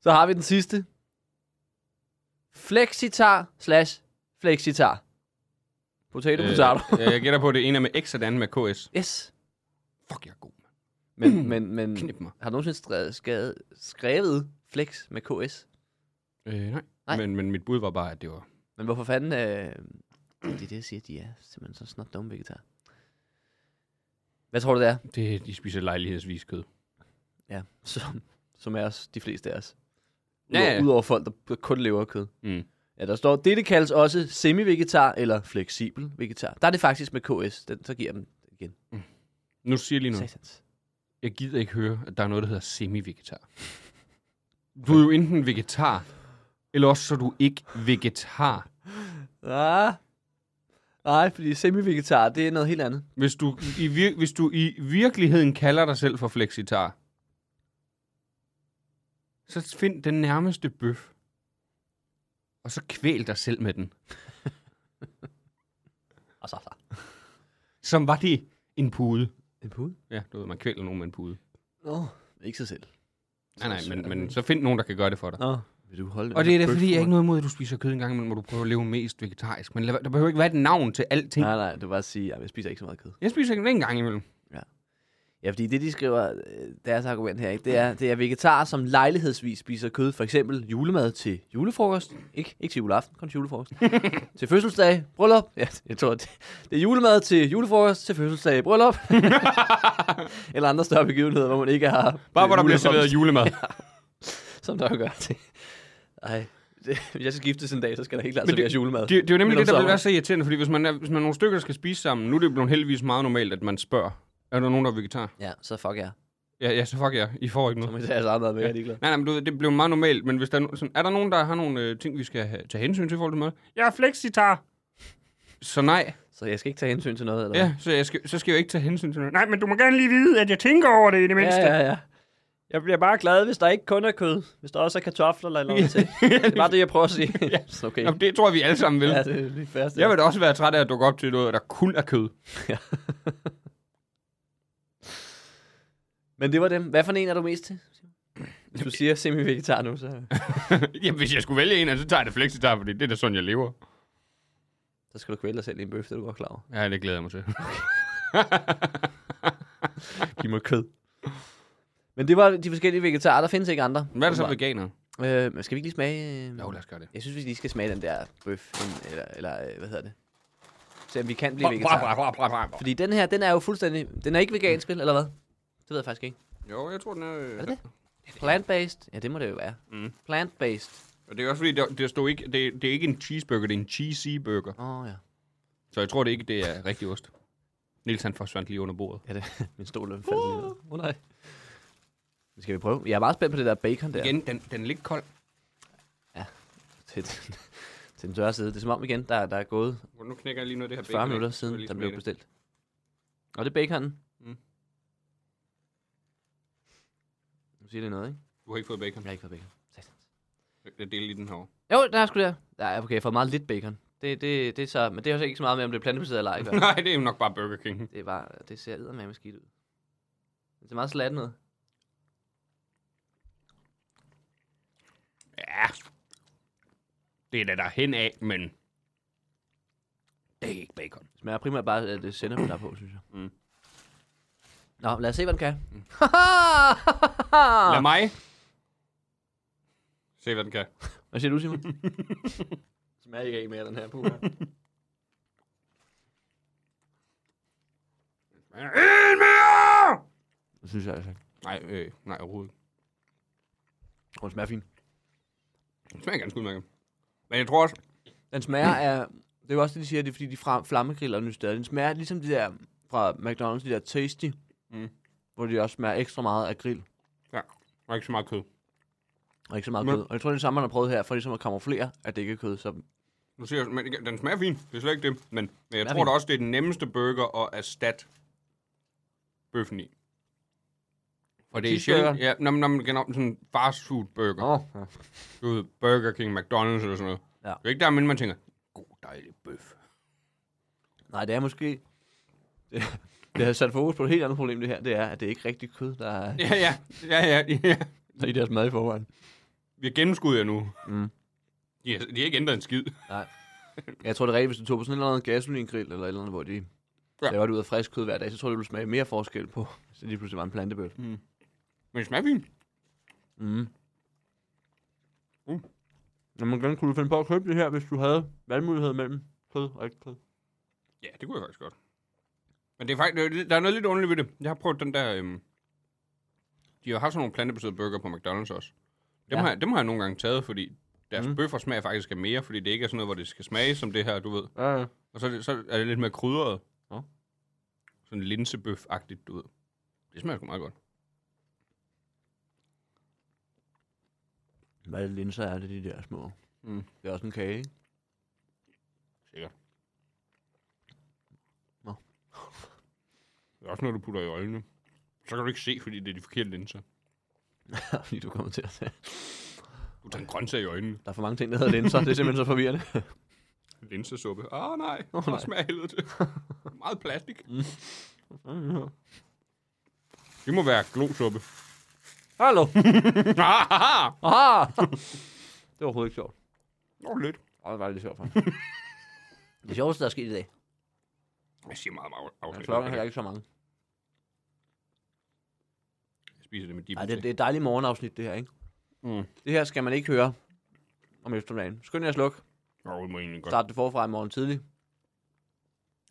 Speaker 2: Så har vi den sidste. Flexitar slash flexitar. Potato, øh. potato.
Speaker 5: øh, jeg gætter på, at det ene er med X og det andet med KS.
Speaker 2: Yes.
Speaker 5: Fuck, jeg er god. mand.
Speaker 2: Men, men, men
Speaker 5: Knip mig.
Speaker 2: har du nogensinde skrevet, skrevet, skrevet flex med KS?
Speaker 5: Øh, nej.
Speaker 2: Nej.
Speaker 5: Men, men mit bud var bare, at det var...
Speaker 2: Men hvorfor fanden... Øh, det er det, jeg siger, de er simpelthen så snart dumme vegetar. Hvad tror du, det er?
Speaker 5: Det, de spiser lejlighedsvis kød.
Speaker 2: Ja, [LAUGHS] som, som er os, de fleste af os.
Speaker 5: Ja,
Speaker 2: Udover,
Speaker 5: ja.
Speaker 2: udover folk, der kun lever af kød.
Speaker 5: Mm.
Speaker 2: Ja, der står, det kaldes også semi-vegetar eller fleksibel vegetar. Der er det faktisk med KS, den, så giver jeg dem igen.
Speaker 5: Nu siger jeg lige noget.
Speaker 2: Satans.
Speaker 5: Jeg gider ikke høre, at der er noget, der hedder semi-vegetar. Du er jo enten vegetar, eller også så er du ikke vegetar.
Speaker 2: Ah. Nej, fordi semi-vegetar, det er noget helt andet.
Speaker 5: Hvis du i, vir- hvis du i virkeligheden kalder dig selv for flexitar, så find den nærmeste bøf, og så kvæl dig selv med den.
Speaker 2: Og så, så.
Speaker 5: Som var det en pude.
Speaker 2: En pude?
Speaker 5: Ja, du ved, man kvæler nogen med en pude.
Speaker 2: Nå, ikke sig selv.
Speaker 5: Nej, nej, men, men så find nogen, der kan gøre det for dig.
Speaker 2: Nå, vil du holde
Speaker 5: Og det er da fordi, jeg er ikke noget imod, at du spiser kød engang, men må du prøve at leve mest vegetarisk. Men lad, være- der behøver ikke være et navn til alting.
Speaker 2: Nej, nej, du kan bare sige, at jeg spiser ikke så meget kød.
Speaker 5: Jeg spiser ikke en gang imellem.
Speaker 2: Ja, fordi det, de skriver, øh, deres argument her, ikke? Det, er, det er vegetarer, som lejlighedsvis spiser kød. For eksempel julemad til julefrokost. Ikke, ikke til juleaften, kun til
Speaker 5: [LAUGHS]
Speaker 2: julefrokost. til fødselsdag, bryllup. Ja, jeg tror, det, det er julemad til julefrokost, til fødselsdag, bryllup.
Speaker 5: [LAUGHS]
Speaker 2: Eller andre større begivenheder, hvor man ikke har...
Speaker 5: Bare hvor der bliver
Speaker 2: mulighed for-
Speaker 5: serveret julemad.
Speaker 2: Som der jo gør til. Ej, det, hvis jeg skal giftes en dag, så skal der helt klart
Speaker 5: Men det-
Speaker 2: serveres julemad.
Speaker 5: Det, det er jo nemlig
Speaker 2: Men om
Speaker 5: det, der vil
Speaker 2: sommeren.
Speaker 5: være så irriterende, fordi hvis man, er, hvis man er nogle stykker, der skal spise sammen, nu er det blevet heldigvis meget normalt, at man spørger, er der nogen, der er vegetar?
Speaker 2: Ja, så fuck jer.
Speaker 5: Ja, ja så fuck jer, I får ikke
Speaker 2: Så må
Speaker 5: noget.
Speaker 2: I tage jeres andre med, jeg er ligeglad.
Speaker 5: Nej, nej, men du ved, det blev meget normalt, men hvis der er, no- sådan, er der nogen, der har nogle øh, ting, vi skal have, tage hensyn til i forhold til mad? Jeg er flexitar! Så nej.
Speaker 2: Så jeg skal ikke tage hensyn til noget, eller
Speaker 5: Ja, så, jeg skal, så skal jeg jo ikke tage hensyn til noget. Nej, men du må gerne lige vide, at jeg tænker over det i det mindste.
Speaker 2: Ja, ja, ja. Jeg bliver bare glad, hvis der ikke kun er kød. Hvis der også er kartofler eller noget [LAUGHS] til. Det er bare det, jeg prøver at sige. [LAUGHS] ja. Okay.
Speaker 5: Nå, det tror jeg, vi alle sammen vil.
Speaker 2: Ja, det er lige færdigt.
Speaker 5: Jeg vil da også være træt af at dukke op til noget, der kun er kød. [LAUGHS]
Speaker 2: Men det var dem. Hvad for en er du mest til? Hvis du siger semi-vegetar nu, så, [LAUGHS]
Speaker 5: Jamen, hvis jeg skulle vælge en, af dem, så tager jeg det flexitar, fordi det er da sådan, jeg lever.
Speaker 2: så skal du kvæle dig selv i en bøf, det er du godt klar over.
Speaker 5: Ja, det glæder jeg mig til.
Speaker 2: Giv mig kød. Men det var de forskellige vegetarer. Der findes ikke andre.
Speaker 5: Hvad er det så veganer?
Speaker 2: Øh, men skal vi ikke lige smage... Øh...
Speaker 5: Jo, lad os gøre det.
Speaker 2: Jeg synes, vi lige skal smage den der bøf, en- eller, eller øh, hvad hedder det? Se om vi kan blive vegetar. Fordi den her, den er jo fuldstændig... Den er ikke vegansk, vel, eller hvad? Det ved jeg faktisk ikke.
Speaker 5: Jo, jeg tror, den er... Øh,
Speaker 2: Er det Plant-based? Ja, det må det jo være. Mm. Plant-based.
Speaker 5: Og det er også fordi, der, der stod ikke, det, det er ikke en cheeseburger, det er en cheesy burger.
Speaker 2: Åh, oh, ja.
Speaker 5: Så jeg tror det ikke, det er rigtig ost. Nils han forsvandt lige under bordet.
Speaker 2: ja det, [LAUGHS] min stol den faldt lige ned. Åh, oh, nej. Det skal vi prøve. Jeg er meget spændt på det der bacon der.
Speaker 5: Igen, den, den er lidt kold.
Speaker 2: Til, [LAUGHS] til den tørre side. Det er som om igen, der, der er gået
Speaker 5: Nu knækker jeg lige noget af det her
Speaker 2: 40 minutter siden, der blev bestilt. Og det er baconen.
Speaker 5: Mm.
Speaker 2: Nu siger det noget, ikke?
Speaker 5: Du har ikke fået bacon.
Speaker 2: Jeg har ikke fået bacon. Satans.
Speaker 5: Jeg deler lige den herovre. [LAUGHS]
Speaker 2: Jo, der er sgu der. Nej, okay, jeg har fået meget lidt bacon. Det, det, det er så, men det er også ikke så meget med, om det er plantebaseret eller ej.
Speaker 5: [LAUGHS]
Speaker 2: vel?
Speaker 5: Nej, det er jo nok bare Burger King.
Speaker 2: det er bare, det ser eddermame skidt ud. Det ser meget slattet ud.
Speaker 5: Ja. Det er da der hen af, men... Det er ikke bacon.
Speaker 2: Det smager primært bare, at det sender der er på, synes jeg.
Speaker 5: Mm.
Speaker 2: Nå, lad os se, hvad den kan. Mm.
Speaker 5: Lad mig... Se, hvad den kan.
Speaker 2: hvad siger du, Simon? [LAUGHS] smager ikke af mere, den her puha.
Speaker 5: En mere!
Speaker 2: det synes jeg altså ikke.
Speaker 5: Nej, øh, nej, overhovedet.
Speaker 2: Åh, Den smager fint.
Speaker 5: Den smager ganske udmærket. Men jeg tror også,
Speaker 2: Den smager af... Det er jo også det, de siger, det er fordi, de fra, flammegriller nu stadig. Den smager ligesom de der fra McDonald's, de der Tasty.
Speaker 5: Mm.
Speaker 2: Hvor de også smager ekstra meget af grill.
Speaker 5: der er ikke så meget kød.
Speaker 2: Og ikke så meget
Speaker 5: Men-
Speaker 2: kød. Og jeg tror, det er det samme, man har prøvet her, for ligesom at kamuflere, at det ikke er kød. Så
Speaker 5: Nu siger jeg, men igen, den smager fint. Det er slet ikke det. Men, men jeg
Speaker 2: Smager
Speaker 5: tror da
Speaker 2: fint.
Speaker 5: også, det er den nemmeste burger at erstatte bøffen i.
Speaker 1: Og det er sjældent.
Speaker 2: Cheeseburger.
Speaker 1: Ja, når man, når man genau, sådan fast food burger.
Speaker 2: Åh, ja.
Speaker 1: Du ved, Burger King, McDonald's eller sådan noget.
Speaker 2: Ja.
Speaker 1: Det er ikke der, men man tænker, god dejlig bøf.
Speaker 2: Nej, det er måske... [LAUGHS] Det, det har sat fokus på et helt andet problem, det her. Det er, at det er ikke rigtig kød, der er,
Speaker 1: Ja, ja, ja, ja. ja.
Speaker 2: der er i deres mad i forvejen.
Speaker 1: [LAUGHS] Vi har gennemskud jer nu.
Speaker 2: Mm.
Speaker 1: De har, de har ikke ændret en skid.
Speaker 2: Jeg tror, det er rigtigt, hvis du tog på sådan en eller anden gasolingrill, eller et eller andet, hvor de
Speaker 1: Ja.
Speaker 2: ja. laver det ud af frisk kød hver dag, så tror jeg, det ville smage mere forskel på, [LAUGHS] hvis det lige pludselig var en plantebøl.
Speaker 1: Men det smager fint.
Speaker 2: Mm. Mm. Jamen, gerne kunne du finde på at købe det her, hvis du havde valgmulighed mellem kød og ikke kød.
Speaker 1: Ja, det kunne jeg faktisk godt. Men det er faktisk, det- der er noget lidt underligt ved det. Jeg har prøvet den der... Øhm, de har haft sådan nogle plantebaserede burger på McDonald's også. Dem, ja.
Speaker 2: Ja.
Speaker 1: har, jeg- dem har jeg nogle gange taget, fordi deres mm.
Speaker 2: Mm.
Speaker 1: bøffer smager faktisk af mere, fordi det ikke er sådan noget, hvor det skal smage som det her, du ved.
Speaker 2: Ja, ja.
Speaker 1: Og så er det, så er det lidt mere krydret.
Speaker 2: Nå.
Speaker 1: Sådan linsebøf-agtigt, du ved. Det smager sgu meget godt.
Speaker 2: Hvad er det linser er det, de der små?
Speaker 1: Mm.
Speaker 2: Det er også en kage, ikke? [LAUGHS]
Speaker 1: Sikkert.
Speaker 2: Nå.
Speaker 1: Det er også noget, du putter i øjnene. Så kan du ikke se, fordi det er de forkerte linser.
Speaker 2: Fordi du kommer til at tage.
Speaker 1: Du tager en grøntsag i øjnene.
Speaker 2: Der er for mange ting, der hedder linser. Det er simpelthen så forvirrende.
Speaker 1: Linsesuppe. Åh oh, nej,
Speaker 2: Åh,
Speaker 1: oh, nej.
Speaker 2: nej.
Speaker 1: smager af helvede
Speaker 2: [LAUGHS]
Speaker 1: til. Meget plastik.
Speaker 2: Mm.
Speaker 1: Det må være
Speaker 2: [LAUGHS]
Speaker 1: glosuppe.
Speaker 2: [LAUGHS] Hallo!
Speaker 1: Ah,
Speaker 2: Aha! [LAUGHS] det var overhovedet ikke sjovt.
Speaker 1: Nå, lidt.
Speaker 2: Åh, det var lidt sjovt, faktisk. [LAUGHS] det sjoveste, der er sket i dag.
Speaker 1: Jeg siger meget meget
Speaker 2: Men
Speaker 1: afsnit.
Speaker 2: klokken er
Speaker 1: Jeg,
Speaker 2: heller
Speaker 1: jeg
Speaker 2: ikke så mange.
Speaker 1: spiser det med
Speaker 2: Nej,
Speaker 1: dibute.
Speaker 2: det, det er et dejligt morgenafsnit, det her, ikke?
Speaker 1: Mm.
Speaker 2: Det her skal man ikke høre om eftermiddagen. Skynd jer at slukke.
Speaker 1: Nå, det må egentlig godt.
Speaker 2: Start det forfra i morgen tidlig.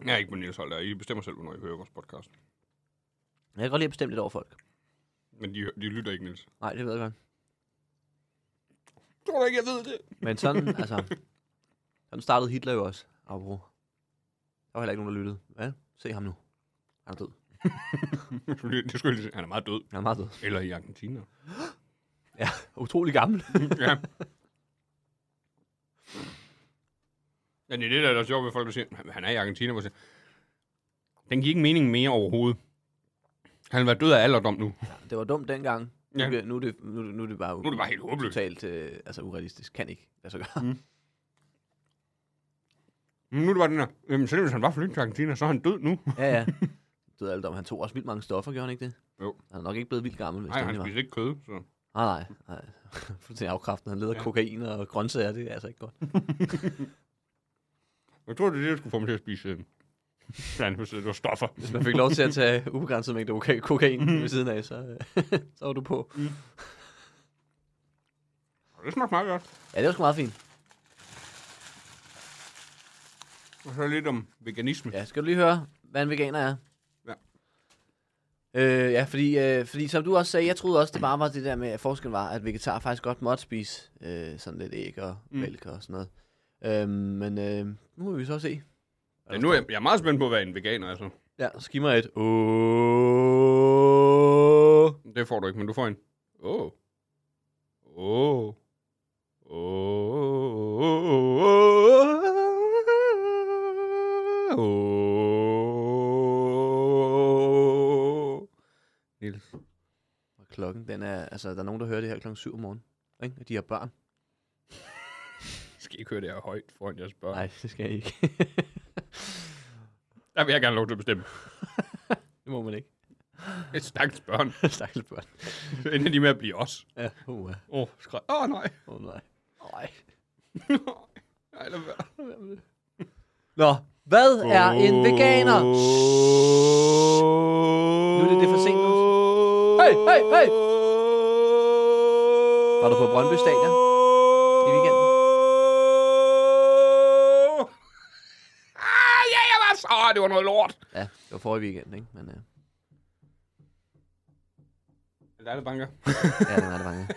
Speaker 1: Jeg er ikke på Niels Holdt, der. I bestemmer selv, hvornår I hører vores podcast.
Speaker 2: Jeg kan godt lide at bestemme lidt over folk.
Speaker 1: Men de, de lytter ikke, Niels.
Speaker 2: Nej, det ved jeg godt.
Speaker 1: Tror du ikke, jeg ved det?
Speaker 2: Men sådan, altså... Sådan startede Hitler jo også, apropos. Der var heller ikke nogen, der lyttede. Hvad? Se ham nu. Han er død.
Speaker 1: [LAUGHS] det skulle jeg lige sige. Han er meget død.
Speaker 2: Han er meget død. [LAUGHS]
Speaker 1: Eller i [LAUGHS] Argentina.
Speaker 2: Utrolig gammel.
Speaker 1: ja. Men det er det, der er sjovt ved folk, der siger, "Han- han er i Argentina. Hvor jeg siger, den giver ikke mening mere overhovedet. Han var død af alderdom nu.
Speaker 2: Det var dumt dengang. Nu,
Speaker 1: Ja.
Speaker 2: ja. nu, er, det, nu, nu er det bare,
Speaker 1: Nu er det bare helt håbløst.
Speaker 2: totalt øh, altså urealistisk. Kan ikke lade sig gøre.
Speaker 1: Men nu er det bare den her. Jamen, selv hvis han var flyttet til Argentina, så er han død nu.
Speaker 2: ja, ja. Død alt om. Han tog også vildt mange stoffer, gjorde han ikke det?
Speaker 1: Jo.
Speaker 2: Han er nok ikke blevet vildt gammel, hvis
Speaker 1: Nej,
Speaker 2: det
Speaker 1: han
Speaker 2: endelig var.
Speaker 1: spiser ikke kød. Så.
Speaker 2: Nej, nej, nej. [LAUGHS] Fuldstændig afkræften. Han leder
Speaker 1: Ja.
Speaker 2: ja. kokain og grøntsager. Det er altså ikke godt.
Speaker 1: Jeg tror, det er det, der skulle få mig til at spise øh, [LAUGHS] plantebaseret. Det var stoffer.
Speaker 2: Hvis man fik lov til at
Speaker 1: [LAUGHS]
Speaker 2: tage ubegrænset mængde koka- kokain
Speaker 1: Mhm.
Speaker 2: ved siden af, så, [LAUGHS] øh, så var du på.
Speaker 1: Og Det smagte meget godt.
Speaker 2: Ja, det var sgu meget fint.
Speaker 1: Og så lidt om veganisme.
Speaker 2: Ja, skal du lige høre, hvad en veganer er?
Speaker 1: Ja.
Speaker 2: Øh, ja, fordi, øh, fordi som du også sagde, jeg troede også, det bare var det der med, at forskellen var, at vegetar faktisk godt måtte spise øh, sådan lidt æg og
Speaker 1: Mm.
Speaker 2: mm. mælk og sådan noget. Øh, men øh, nu må vi så se.
Speaker 1: Ja, nu er jeg, jeg er meget spændt på, hvad en veganer er. Så.
Speaker 2: Ja, så giv mig et åh.
Speaker 1: Det får du ikke, men du får en. Åh. Åh. Åh. Åh. Niels.
Speaker 2: Og Klokken, den er, altså der er nogen, der hører det her klokken 7 om morgenen. Ikke? Og de har børn.
Speaker 1: Jeg skal ikke høre det her højt foran jeres børn.
Speaker 2: Nej, det skal jeg ikke.
Speaker 1: Der vil jeg gerne have lov til at bestemme.
Speaker 2: det må man [LAUGHS] ikke.
Speaker 1: Et stakkels børn.
Speaker 2: Stakkels børn.
Speaker 1: Så ender de med at blive os.
Speaker 2: Ja, uh,
Speaker 1: Åh, oh, skræk. Åh, oh, nej.
Speaker 2: oh, nej. Nej.
Speaker 1: nej, lad være.
Speaker 2: Nå, hvad er en veganer? Nu er det det for sent nu. Hey, hey, hey! Var du på Brøndby Stadion i weekenden?
Speaker 1: Ah, ja, jeg var så... Åh, det var noget lort.
Speaker 2: Ja, det var forrige weekend, ikke? Men [LAUGHS] uh,
Speaker 1: Der er det banker.
Speaker 2: ja, det var det mange.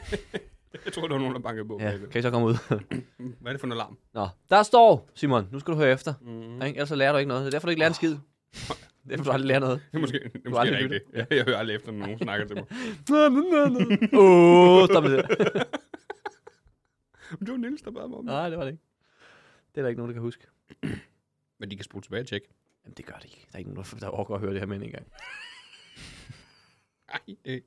Speaker 1: Jeg tror, der var nogen, der bankede på.
Speaker 2: Ja,
Speaker 1: bagved.
Speaker 2: kan I så komme ud?
Speaker 1: Hvad er det for en alarm?
Speaker 2: Nå, der står, Simon, nu skal du høre efter.
Speaker 1: Mm-hmm.
Speaker 2: Mm. Ellers så lærer du ikke noget. Det er derfor, du ikke lærer en
Speaker 1: [LAUGHS]
Speaker 2: skid. Det er derfor, du aldrig lærer noget.
Speaker 1: Det er måske, det er måske
Speaker 2: aldrig
Speaker 1: rigtigt. Jeg, jeg hører aldrig efter, når nogen snakker
Speaker 2: [LAUGHS]
Speaker 1: til mig.
Speaker 2: Åh, stop med det der.
Speaker 1: [LAUGHS] Men det var Niels, der bad mig om det.
Speaker 2: Nej, det var det ikke. Det er der ikke nogen, der kan huske.
Speaker 1: [CLEARS THROAT] Men de kan spole tilbage og tjekke. [LAUGHS]
Speaker 2: Jamen, det gør det ikke. Der er ikke nogen, der, der overgår at høre det her med en gang.
Speaker 5: Nej, det,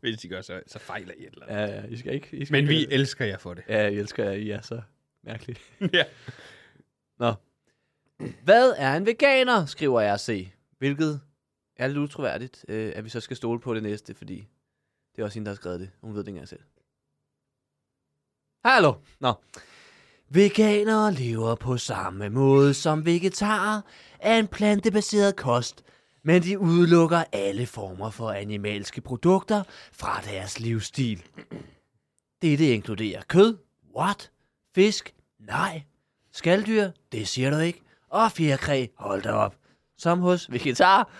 Speaker 5: hvis de gør, så, så fejler I et eller andet.
Speaker 2: Ja, ja, I skal ikke... I skal
Speaker 5: Men
Speaker 2: ikke,
Speaker 5: vi elsker jer for det.
Speaker 2: Ja, jeg elsker jer. I er så mærkelige.
Speaker 5: ja.
Speaker 2: Nå. Hvad er en veganer, skriver jeg C. Hvilket er lidt utroværdigt, øh, at vi så skal stole på det næste, fordi det er også hende, der har skrevet det. Hun ved det ikke engang selv. Hallo. Nå. Veganere lever på samme måde som vegetarer af en plantebaseret kost, men de udelukker alle former for animalske produkter fra deres livsstil. [CLEARS THROAT] Dette inkluderer kød, what, fisk, nej, skalddyr, det siger du ikke, og fjerkræ, hold da op, som hos vegetar,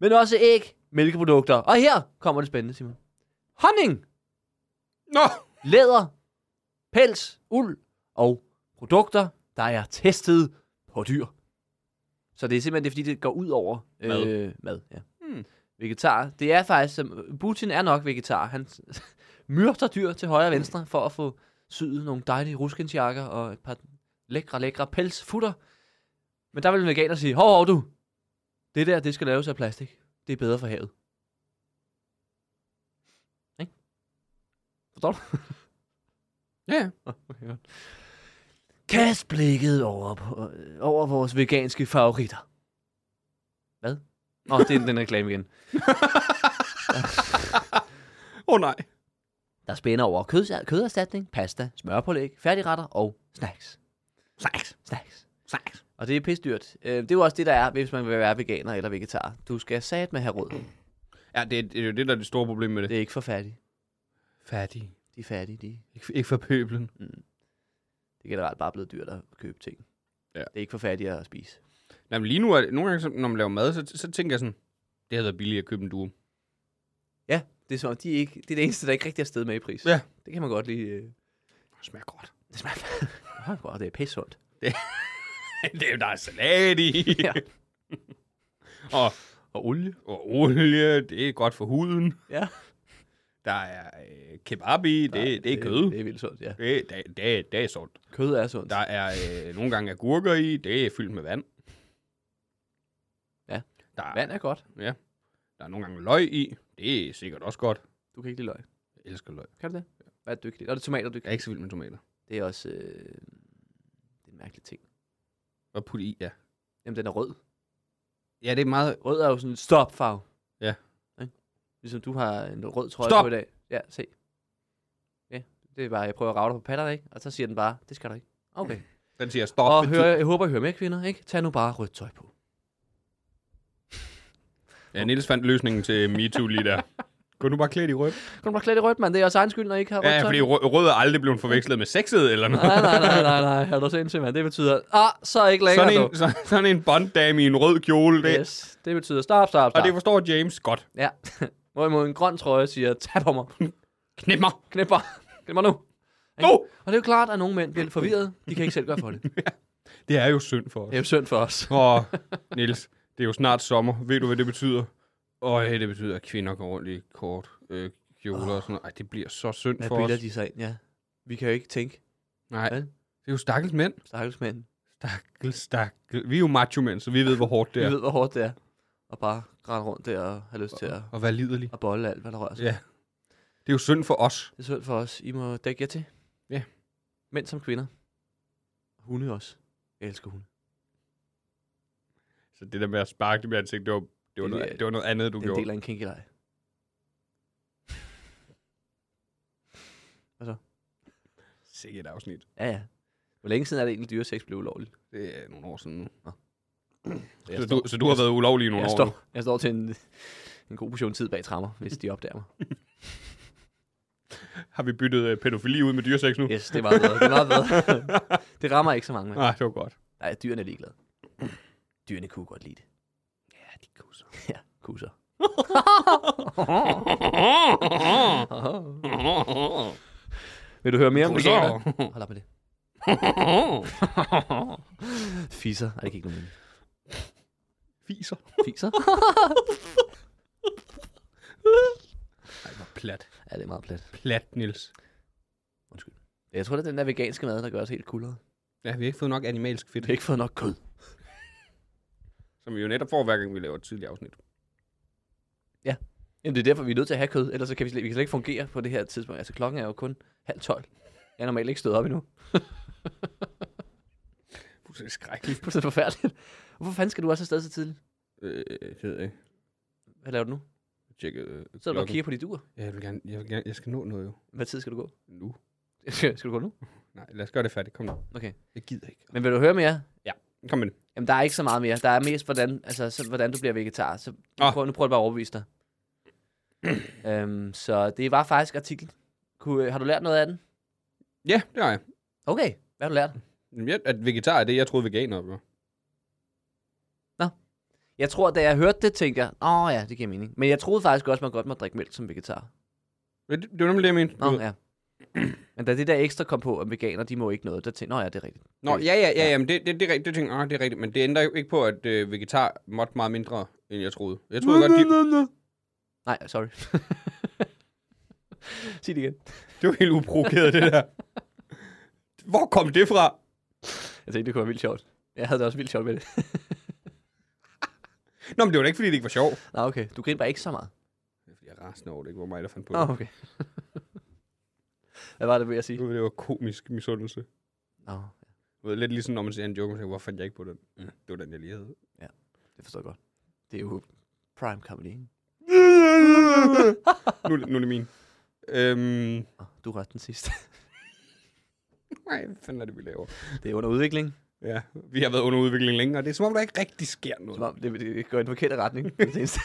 Speaker 2: men også æg, mælkeprodukter, og her kommer det spændende, Simon. Honning,
Speaker 5: Nå!
Speaker 2: læder, pels, uld og produkter, der er testet på dyr. Så det er simpelthen det, er, fordi det går ud over
Speaker 5: Mad.
Speaker 2: Øh, mad ja.
Speaker 5: Hmm.
Speaker 2: Vegetar. Det er faktisk, som, Putin er nok vegetar. Han [LAUGHS] myrder dyr til højre og venstre for at få syet nogle dejlige ruskensjakker og et par lækre, lækre pelsfutter. Men der vil en veganer sige, hov, hov du, det der, det skal laves af plastik. Det er bedre for havet. Ikke? Forstår du?
Speaker 5: [LAUGHS] Ja, ja.
Speaker 2: Okay, godt. Kast blikket over, på, øh, over vores veganske favoritter. Hvad? Nå, det er den reklame igen.
Speaker 5: Åh oh, nej.
Speaker 2: Der spænder over kød, køderstatning, pasta, smørpålæg, færdigretter og snacks.
Speaker 5: Snacks.
Speaker 2: Snacks.
Speaker 5: Snacks.
Speaker 2: Og det er pisse dyrt. Øh, det er jo også det, der er, hvis man vil være veganer eller vegetar. Du skal sat med have råd.
Speaker 5: Ja, det, er- det er jo det, der er det store problem med det.
Speaker 2: Det er ikke for fattige.
Speaker 5: Fattig.
Speaker 2: De er fattige, de.
Speaker 5: Ikke, ikke for pøblen.
Speaker 2: Det er generelt bare blevet dyrt at købe ting.
Speaker 5: Ja.
Speaker 2: Det er ikke for fattige at spise.
Speaker 5: Nej, men lige nu, er det, nogle gange, så- når man laver mad, så, så tænker jeg sådan, det havde været billigt at købe en duo.
Speaker 2: Ja, det er som om, de er ikke, det er det eneste, der ikke rigtig er sted med i pris.
Speaker 5: Ja.
Speaker 2: Det kan man godt lige... Øh,
Speaker 5: Det smager godt.
Speaker 2: det smager... [LAUGHS] Hold da op, det er pisse sundt.
Speaker 5: det er jo, der er salat i.
Speaker 2: Ja.
Speaker 5: og,
Speaker 2: Og olie.
Speaker 5: og olie, det er godt for huden.
Speaker 2: Ja.
Speaker 5: Der er øh, kebab i, det, det er kød.
Speaker 2: Det er vildt sundt, ja.
Speaker 5: Det, det, det, det er sundt.
Speaker 2: Kød er sundt.
Speaker 5: Der er øh, nogle gange agurker i, det er fyldt med vand.
Speaker 2: Ja.
Speaker 5: Der er,
Speaker 2: Vand er godt.
Speaker 5: der er nogle gange løg i, det er sikkert også godt.
Speaker 2: Du kan ikke lide løg.
Speaker 5: Jeg elsker løg.
Speaker 2: Kan du det? Hvad er det, du ikke lide? Og det er tomater, du ikke
Speaker 5: Jeg er ikke så vild med tomater.
Speaker 2: Det er også... Øh, det er en mærkelig ting.
Speaker 5: Og putte i, ja.
Speaker 2: Jamen, den er rød.
Speaker 5: Ja, det er meget...
Speaker 2: Rød er jo sådan en stopfarve.
Speaker 5: Ja.
Speaker 2: Ikke? Ligesom du har en rød trøje
Speaker 5: Stop!
Speaker 2: på i dag. Ja, se. Ja, det er bare, jeg prøver at rave dig på patterne, ikke? Og så siger den bare, det skal du ikke. Okay.
Speaker 5: Den siger stop.
Speaker 2: [LAUGHS] Og
Speaker 5: betyder-
Speaker 2: hør, jeg håber, I hører med, kvinder, ikke? Tag nu bare rødt tøj på.
Speaker 5: Ja, Niels fandt løsningen til MeToo lige der. Gå nu bare klædt i rødt.
Speaker 2: Kan du bare klæde det rødt, mand? Det er jeres egen skyld, når I ikke har rødt
Speaker 5: Ja,
Speaker 2: tøj
Speaker 5: fordi
Speaker 2: på.
Speaker 5: rød, rød er aldrig blevet forvekslet med sexet eller noget.
Speaker 2: Nej, nej, nej, nej, nej. Er du sindssyg, mand? Det betyder, ah, så ikke længere
Speaker 5: Sådan
Speaker 2: nu.
Speaker 5: en, så, [LAUGHS] sådan en bonddame i en rød kjole, det. Yes,
Speaker 2: Yes, det betyder stop, stop,
Speaker 5: og
Speaker 2: stop.
Speaker 5: det forstår James godt.
Speaker 2: Ja. [LAUGHS] Hvorimod en grøn trøje siger, tag på mig.
Speaker 5: Knip mig.
Speaker 2: Knip mig. Knip mig nu.
Speaker 5: Nu!
Speaker 2: Og det er jo klart, at nogle mænd bliver lidt forvirret. De kan ikke selv gøre for det. Det
Speaker 5: Det er jo synd for os.
Speaker 2: er jo synd for os. [LAUGHS]
Speaker 5: Åh, Niels, det er jo snart sommer. Ved du, hvad det betyder? Og det betyder, at kvinder går rundt i kort øh, kjoler og sådan noget. Ej, det bliver så synd
Speaker 2: Hvad
Speaker 5: for os.
Speaker 2: bilder de sig ind, ja. Vi kan jo ikke tænke,
Speaker 5: Nej,
Speaker 2: Hvad?
Speaker 5: det er jo stakkels mænd.
Speaker 2: stakkels mænd.
Speaker 5: Stakkels, stakkels. Vi er jo macho mænd, så vi ved, hvor hårdt det
Speaker 2: Vi
Speaker 5: er.
Speaker 2: ved, hvor hårdt det er. Og bare græde rundt der og have lyst til at,
Speaker 5: Og være liderlig.
Speaker 2: at bolle alt, hvad der rører sig.
Speaker 5: Ja. Det er jo synd for os.
Speaker 2: Det er synd for os. I må dække jer til.
Speaker 5: Ja.
Speaker 2: Mænd som kvinder. Hunde også. Jeg elsker hunde.
Speaker 5: Så det der med at sparke dem i ansigtet, det var, det var,
Speaker 2: Det
Speaker 5: noget,
Speaker 2: er-
Speaker 5: det var noget andet, du
Speaker 2: Det er en del
Speaker 5: gjorde.
Speaker 2: af en kinky leg.
Speaker 5: Sikke et afsnit.
Speaker 2: Ja, ja. Hvor længe siden er det egentlig, dyresex blev ulovligt?
Speaker 5: Det er nogle år siden nu.
Speaker 2: Nå. Jeg
Speaker 5: Så du, så du har været ulovlig i nogle
Speaker 2: jeg
Speaker 5: år nu.
Speaker 2: står, jeg står til en, en god portion tid bag trammer, hvis de opdager mig.
Speaker 5: Har vi byttet øh, pædofili ud med dyresex nu?
Speaker 2: Yes, det er meget bedre. Det, er meget bedre. det rammer ikke så mange. mand.
Speaker 5: Nej, det var godt.
Speaker 2: Nej, dyrene er ligeglade. Dyrene kunne godt lide det.
Speaker 5: Ja, de kusser.
Speaker 2: [LAUGHS] Ja, kusser. Vil du høre mere om veganer? Hold op med det. Fisser. Nej, det kan ikke nogen mening.
Speaker 5: Fiser.
Speaker 2: Fisser?
Speaker 5: Ej, hvor plat.
Speaker 2: Ja, det er meget plat.
Speaker 5: Plat, Nils.
Speaker 2: Undskyld. Jeg tror, det er den der veganske mad, der gør os helt kuldere.
Speaker 5: Ja, vi har ikke fået nok animalsk fedt,
Speaker 2: Vi har ikke fået nok kød.
Speaker 5: som vi jo netop får, hver gang vi laver et tidligt afsnit.
Speaker 2: Jamen, det er derfor, vi er nødt til at have kød, ellers så kan vi, slet, vi kan slet ikke fungere på det her tidspunkt. Altså, klokken er jo kun halv tolv. Jeg er normalt ikke stået op endnu.
Speaker 5: Fuldstændig
Speaker 2: Det er
Speaker 5: skrækkeligt.
Speaker 2: fuldstændig forfærdeligt. Hvorfor fanden skal du også afsted så tidligt?
Speaker 5: Øh, jeg ved ikke.
Speaker 2: Hvad laver du nu?
Speaker 5: Tjekke, øh,
Speaker 2: Så du bare og
Speaker 5: klokken.
Speaker 2: kigger på dit ur.
Speaker 5: Ja, jeg, vil gerne, jeg, vil gerne, jeg skal nå noget jo.
Speaker 2: Hvad tid skal du gå? [LAUGHS]
Speaker 5: Nu.
Speaker 2: skal du gå nu?
Speaker 5: Nej, lad os gøre det færdigt. Kom nu.
Speaker 2: Okay.
Speaker 5: Jeg gider ikke.
Speaker 2: Men vil du høre mere?
Speaker 5: Kom med det.
Speaker 2: Jamen, der er ikke så meget mere. Der er mest, hvordan, altså, så, hvordan du bliver vegetar. Så
Speaker 5: Nå.
Speaker 2: oh. prøv, nu prøver jeg bare at overbevise dig. øhm, så det var faktisk artiklen. Kunne, øh, har du lært noget af den?
Speaker 5: Ja, det har jeg.
Speaker 2: Okay, hvad har du lært?
Speaker 5: Jamen, jeg- At vegetar er det, jeg troede veganer var.
Speaker 2: Jeg tror, da jeg hørte det, tænkte jeg, åh ja, det giver mening. Men jeg troede faktisk også, man godt må drikke mælk som vegetar.
Speaker 5: Men Det, det var nemlig det, jeg mente.
Speaker 2: Nå, ja. [CLEARS THROAT] Men da det der ekstra kom på, at veganer, de må ikke noget, der tænkte jeg, nå ja, det er rigtigt.
Speaker 5: Nå, ja, ja, ja, jamen, det, det, det, er rigtigt. det tænkte jeg, ah, det er rigtigt, men det ændrer jo ikke på, at øh, vegetar måtte meget mindre, end jeg troede. Jeg troede godt, de,
Speaker 2: Nej, sorry. [LAUGHS] Sig det igen.
Speaker 5: det var helt uprovokeret, det der. Hvor kom det fra?
Speaker 2: Jeg tænkte, det kunne være vildt sjovt. Jeg havde da også vildt sjovt med det.
Speaker 5: Nå, men det var da ikke, fordi det ikke var sjovt.
Speaker 2: Nå, okay. Du griner bare ikke så meget.
Speaker 5: Det er, fordi jeg er rasende over, det ikke var mig, der fandt på
Speaker 2: Nå,
Speaker 5: det.
Speaker 2: okay. Hvad var det, vil jeg sige?
Speaker 5: Du ved, Det var komisk misundelse.
Speaker 2: Nå,
Speaker 5: Du ved, lidt ligesom, når man ser en joke, og tænker, hvor fandt jeg ikke på den? Mm. Det var den, jeg lige havde.
Speaker 2: det forstår jeg godt. Det er jo prime comedy, [LAUGHS] ikke?
Speaker 5: Nu, nu er det min. Øhm,
Speaker 2: Åh, Du rørte den sidste.
Speaker 5: nej, hvad fanden er det, vi laver?
Speaker 2: Det er under udvikling.
Speaker 5: Ja, vi har været under udvikling længe, og det er som om, der ikke rigtig sker noget.
Speaker 2: Som om det, det går i den forkerte [LAUGHS] retning. Det er det eneste.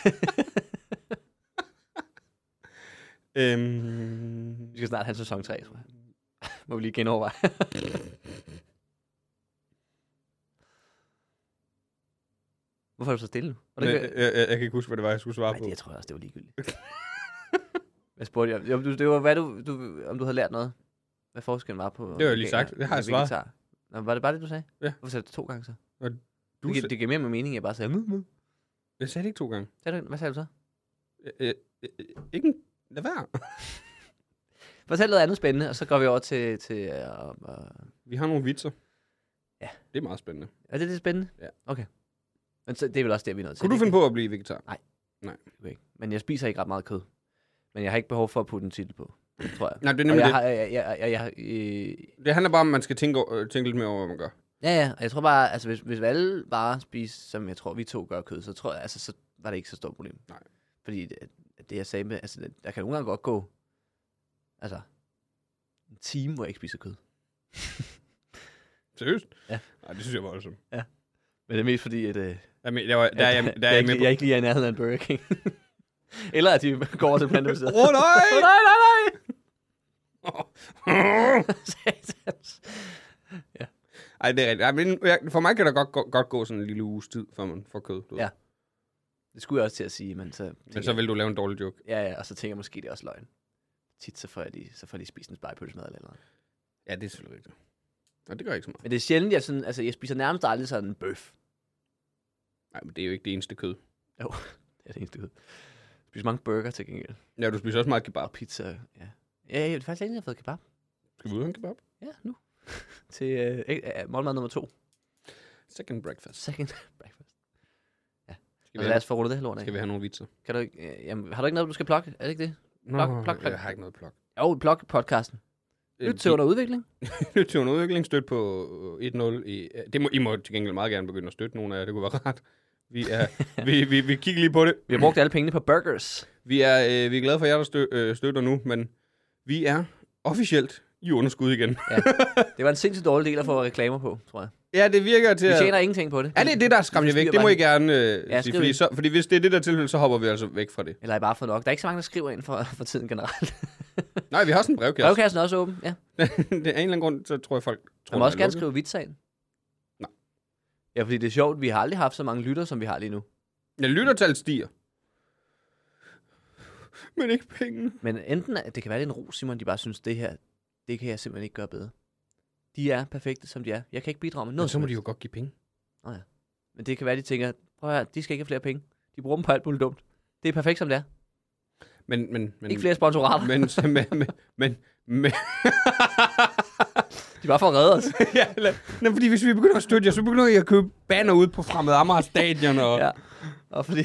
Speaker 5: Øhm,
Speaker 2: Vi skal snart have sæson 3, tror jeg. [LAUGHS] Må vi lige genoverveje. Hvorfor er du så stille nu? Var det
Speaker 5: jeg,
Speaker 2: ikke-
Speaker 5: jeg, jeg, jeg kan ikke huske, hvad det var, jeg skulle svare
Speaker 2: Nej,
Speaker 5: på.
Speaker 2: det jeg tror jeg også, det var ligegyldigt. [LAUGHS] Hvad spurgte jeg? om? Jo, du- det var, hvad du, du, om du havde lært noget. Hvad forskellen var på...
Speaker 5: har jeg lige sagt. Det har jeg svaret.
Speaker 2: Nå, var det bare det, du sagde?
Speaker 5: Ja.
Speaker 2: Hvorfor sagde du det to gange så?
Speaker 5: Du,
Speaker 2: det,
Speaker 5: sagde-
Speaker 2: giver, det giver mere med mening, at jeg bare sagde... "Mm, mm."
Speaker 5: Jeg sagde det ikke to gange.
Speaker 2: Sagde du, hvad sagde du så?
Speaker 5: Øh, øh, øh, ikke en... Lad være.
Speaker 2: Fortæl noget andet spændende, og så går vi over til... til øh, om, øh,
Speaker 5: Vi har nogle vitser.
Speaker 2: Ja.
Speaker 5: Det er meget spændende.
Speaker 2: er det det spændende?
Speaker 5: Ja.
Speaker 2: Okay. Men så, det er vel også det, vi er nødt til.
Speaker 5: Kunne du finde på at blive vegetar?
Speaker 2: Okay. Men jeg spiser ikke ret meget kød. Men jeg har ikke behov for at putte en titel på, tror jeg.
Speaker 5: Nej, det er
Speaker 2: og
Speaker 5: nemlig
Speaker 2: jeg
Speaker 5: det.
Speaker 2: har, jeg, jeg, jeg, jeg, jeg, øh,
Speaker 5: Det handler bare om, at man skal tænke, o- øh, tænke lidt mere over, hvad man gør.
Speaker 2: Ja, ja, og jeg tror bare, altså hvis, hvis alle bare spiser, som jeg tror, vi to gør kød, så tror jeg, altså så var det ikke så stort problem.
Speaker 5: Nej.
Speaker 2: Fordi det, det jeg sagde med, altså det- der kan nogle gange godt gå, altså en time, hvor jeg ikke spiser kød.
Speaker 5: Seriøst?
Speaker 2: Ja.
Speaker 5: Nej, det synes jeg var voldsomt.
Speaker 2: Men det er mest fordi, at, øh,
Speaker 5: Jeg men, der, var, der, er jeg, der er jeg
Speaker 2: ikke,
Speaker 5: med på...
Speaker 2: jeg ikke lige er i nærheden af en Burger King. [LAUGHS] Eller at de går over til plantebaseret.
Speaker 5: Åh, nej!
Speaker 2: Åh, [LAUGHS] nej, nej, nej! Satans.
Speaker 5: Ej, det er rigtigt. Ej, men jeg, for mig kan der godt, godt, godt gå sådan en lille uges tid, før man får kød. Du ved.
Speaker 2: Ja. det skulle jeg også til at sige, men så... tænker
Speaker 5: Men så
Speaker 2: jeg-
Speaker 5: vil du lave en dårlig joke.
Speaker 2: Ja, ja, og så tænker jeg måske, det er også løgn. Tit så får jeg lige, så får jeg lige spist en spejepølsemad eller noget.
Speaker 5: Ja, det er selvfølgelig rigtigt. Og det gør ikke så meget.
Speaker 2: Men det er sjældent, jeg sådan, altså jeg spiser nærmest aldrig sådan en bøf.
Speaker 5: Nej, men det er jo ikke det eneste kød.
Speaker 2: Jo, det er det eneste, jeg ved. Jeg spiser mange burger til gengæld.
Speaker 5: Ja, du spiser også meget kebab.
Speaker 2: Og pizza, ja. Ja, jeg er faktisk længe, jeg har fået kebab.
Speaker 5: Skal vi ud og have en kebab?
Speaker 2: Ja, nu. [LAUGHS] til øh, æg- øh, målmad nummer to.
Speaker 5: Second breakfast.
Speaker 2: Second [LAUGHS] breakfast.
Speaker 5: Skal
Speaker 2: Og
Speaker 5: vi,
Speaker 2: lad
Speaker 5: have,
Speaker 2: os få rundet det her lort af.
Speaker 5: skal vi have nogle vitser?
Speaker 2: Kan du ikke, øh, jamen, har du ikke noget, du skal plukke? Er det ikke det? Plok, plok, plok.
Speaker 5: Jeg har ikke noget plok. Øh,
Speaker 2: Jo, pluk podcasten. Lyt til under udvikling.
Speaker 5: Lyt til under udvikling. Støt på øh, 1-0. I, øh, det må, I må til gengæld meget gerne begynde at støtte nogle af jer. Det kunne være rart. Vi, er, vi, vi, vi kigger lige på det.
Speaker 2: Vi har brugt alle pengene på burgers.
Speaker 5: Vi er, øh, vi er glade for jer, der stø, øh, støtter nu, men vi er officielt i underskud igen. [LAUGHS]
Speaker 2: Det var en sindssygt dårlig del at få reklamer på, tror jeg.
Speaker 5: ja, det virker til
Speaker 2: Vi
Speaker 5: at...
Speaker 2: tjener ingenting på det.
Speaker 5: Er det det, der skræmmer jer væk? Det må I gerne øh,
Speaker 2: Ja,
Speaker 5: ja,
Speaker 2: skriv
Speaker 5: sige, fordi,
Speaker 2: det.
Speaker 5: så, fordi hvis det er det der tilfælde, så hopper vi altså væk fra det.
Speaker 2: Eller har I bare fået nok? Der er ikke så mange, der skriver ind for, for tiden generelt.
Speaker 5: Nej, vi har sådan en brevkasse. Okay.
Speaker 2: Brevkassen er også åben, ja.
Speaker 5: det er en eller anden grund, så tror jeg, folk tror,
Speaker 2: Man må
Speaker 5: den
Speaker 2: også
Speaker 5: er
Speaker 2: gerne
Speaker 5: lukket.
Speaker 2: skrive vitser ind.
Speaker 5: Nej.
Speaker 2: Ja, fordi det er sjovt, vi har aldrig haft så mange lytter, som vi har lige nu.
Speaker 5: Ja, lyttertallet stiger. Men ikke pengene.
Speaker 2: Men enten, er- det kan være, det er en ro, Simon, de bare synes, det her, det kan jeg simpelthen ikke gøre bedre. De er perfekte, som de er. Jeg kan ikke bidrage med noget.
Speaker 5: Men så må
Speaker 2: som
Speaker 5: de jo
Speaker 2: helst.
Speaker 5: godt give penge.
Speaker 2: Men det kan være, de tænker, prøv at høre, de skal ikke have flere penge. De bruger dem på alt muligt dumt. Det er perfekt, som det er.
Speaker 5: Men, men, men,
Speaker 2: Ikke flere sponsorater.
Speaker 5: men, men, men, men, men,
Speaker 2: De var for at redde os.
Speaker 5: ja, eller, nej, fordi hvis vi begynder at støtte jer, så begynder I at købe banner ud på fremmede Amager Stadion. Og,
Speaker 2: Ja. Og fordi,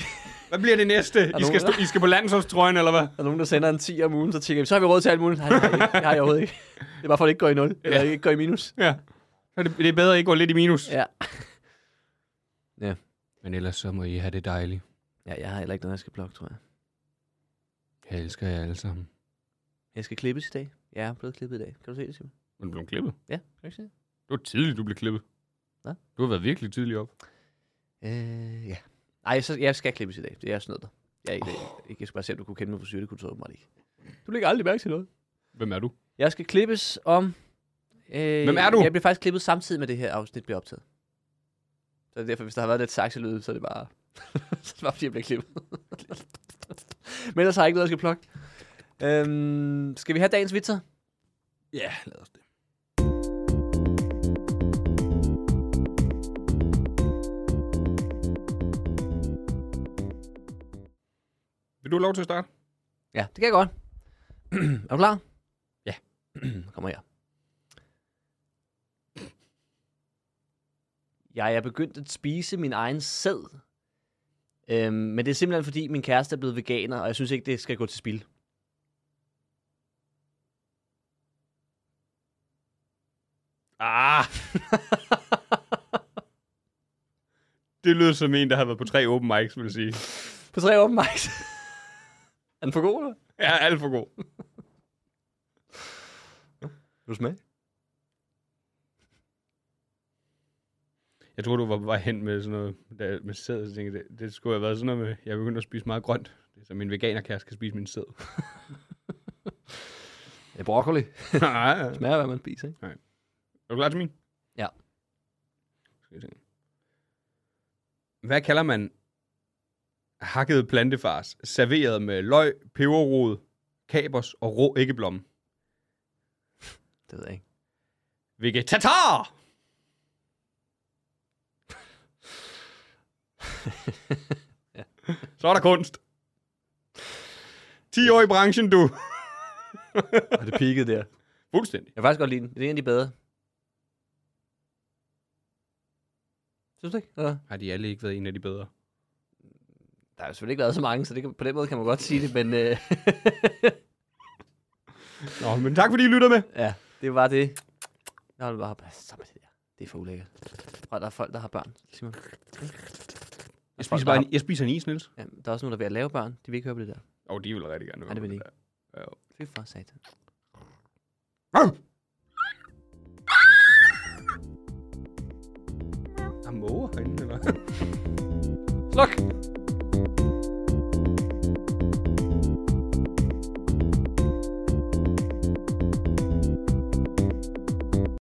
Speaker 1: Hvad bliver det næste? I skal,
Speaker 2: nogen,
Speaker 1: stå, I skal på landsholdstrøjen, eller hvad?
Speaker 2: Der er nogen, der sender en 10 om ugen, så tænker jeg, så har vi råd til alt muligt. Nej, det har jeg ikke. Det har jeg overhovedet ikke. Det er bare for, at det ikke går i nul. Eller ikke går i minus.
Speaker 1: Ja. Så er det, det er bedre, at I går lidt i minus.
Speaker 2: Ja.
Speaker 1: Men ellers så må I have det dejligt.
Speaker 2: ja, jeg har heller ikke noget, jeg skal blokke, tror jeg.
Speaker 1: Jeg elsker jer alle sammen.
Speaker 2: Jeg skal klippes i dag. Jeg er blevet klippet i dag. Kan du se det, Simon?
Speaker 1: Men blev klippet.
Speaker 2: Ja, kan du ikke se det?
Speaker 1: Det var tidligt, du blev klippet.
Speaker 2: Hvad?
Speaker 1: Du har været virkelig tidlig op.
Speaker 2: Øh, ja. Nej, så jeg skal klippes i dag. Det er jeg snød dig. Jeg, er ikke, ikke, jeg skal bare se, om du kunne kende mig for syre. Det kunne du så åbenbart ikke. Du lægger aldrig mærke til noget.
Speaker 1: Hvem er du?
Speaker 2: Jeg skal klippes om... Øh,
Speaker 1: Hvem er du?
Speaker 2: Jeg bliver faktisk klippet samtidig med det her afsnit bliver optaget. Så det er derfor, hvis der har været lidt saxelyd, så er det bare... [LAUGHS] så er det bare, fordi jeg bliver klippet. [LAUGHS] Men ellers har jeg ikke noget, jeg skal plukke. Øhm, skal vi have dagens vitser?
Speaker 1: Ja, lad os det. Vil du have lov til at starte?
Speaker 2: Ja, det kan jeg godt. er du klar?
Speaker 1: Ja.
Speaker 2: [CLEARS THROAT] Kommer her. Jeg er begyndt at spise min egen sæd. Øhm, men det er simpelthen fordi, min kæreste er blevet veganer, og jeg synes ikke, det skal gå til spil.
Speaker 1: Ah! [LAUGHS] det lyder som en, der har været på tre open mics, vil jeg
Speaker 5: [LAUGHS]
Speaker 1: sige.
Speaker 2: På tre åben mics. [LAUGHS] er den for god, eller?
Speaker 1: Jeg er alt for god.
Speaker 2: Du smag?
Speaker 1: Jeg tror, du var på vej hen med sådan noget der, med sæd, så tænkte jeg, det, det skulle have været sådan noget med, jeg begyndte at spise meget grønt, så min veganerkæreste kan spise min
Speaker 5: [LAUGHS]
Speaker 1: sæd.
Speaker 2: Ja, broccoli.
Speaker 1: Nej, ja.
Speaker 2: Smager, hvad man spiser, ikke?
Speaker 1: Er du klar til min?
Speaker 2: Ja.
Speaker 1: Skal vi se. Hvad kalder man hakket plantefars, serveret med løg, peberrod, kapers og rå æggeblomme?
Speaker 2: Det ved jeg ikke.
Speaker 1: Vegetatar! [LAUGHS] Så er der kunst. 10 år i branchen, du.
Speaker 2: Og det peakede der.
Speaker 1: Fuldstændig.
Speaker 2: [LAUGHS] Jeg kan faktisk godt lide den. Det er en af de bedre. Synes du ikke? Eller?
Speaker 1: Har de alle ikke været en af de bedre?
Speaker 2: Der har jo selvfølgelig ikke været så mange, så det kan, på den måde kan man godt sige det, men [LAUGHS] øh,
Speaker 1: Nå, men tak fordi I lytter med.
Speaker 2: ja, det var det. Nå, det var bare sammen med det der. Det er for ulækkert. Og der er folk, der har børn, Simon.
Speaker 1: Jeg
Speaker 2: folk,
Speaker 1: spiser,
Speaker 2: der
Speaker 1: bare
Speaker 2: har-
Speaker 1: en, jeg spiser en is, Niels.
Speaker 2: Ja, der er også nogen, der vil lave børn. De vil ikke høre på det der.
Speaker 1: Åh, oh, de vil rigtig gerne.
Speaker 2: Nej, det vil de ikke.
Speaker 1: Ja.
Speaker 2: Fy for satan.
Speaker 1: Der er måger herinde, eller?
Speaker 2: Sluk!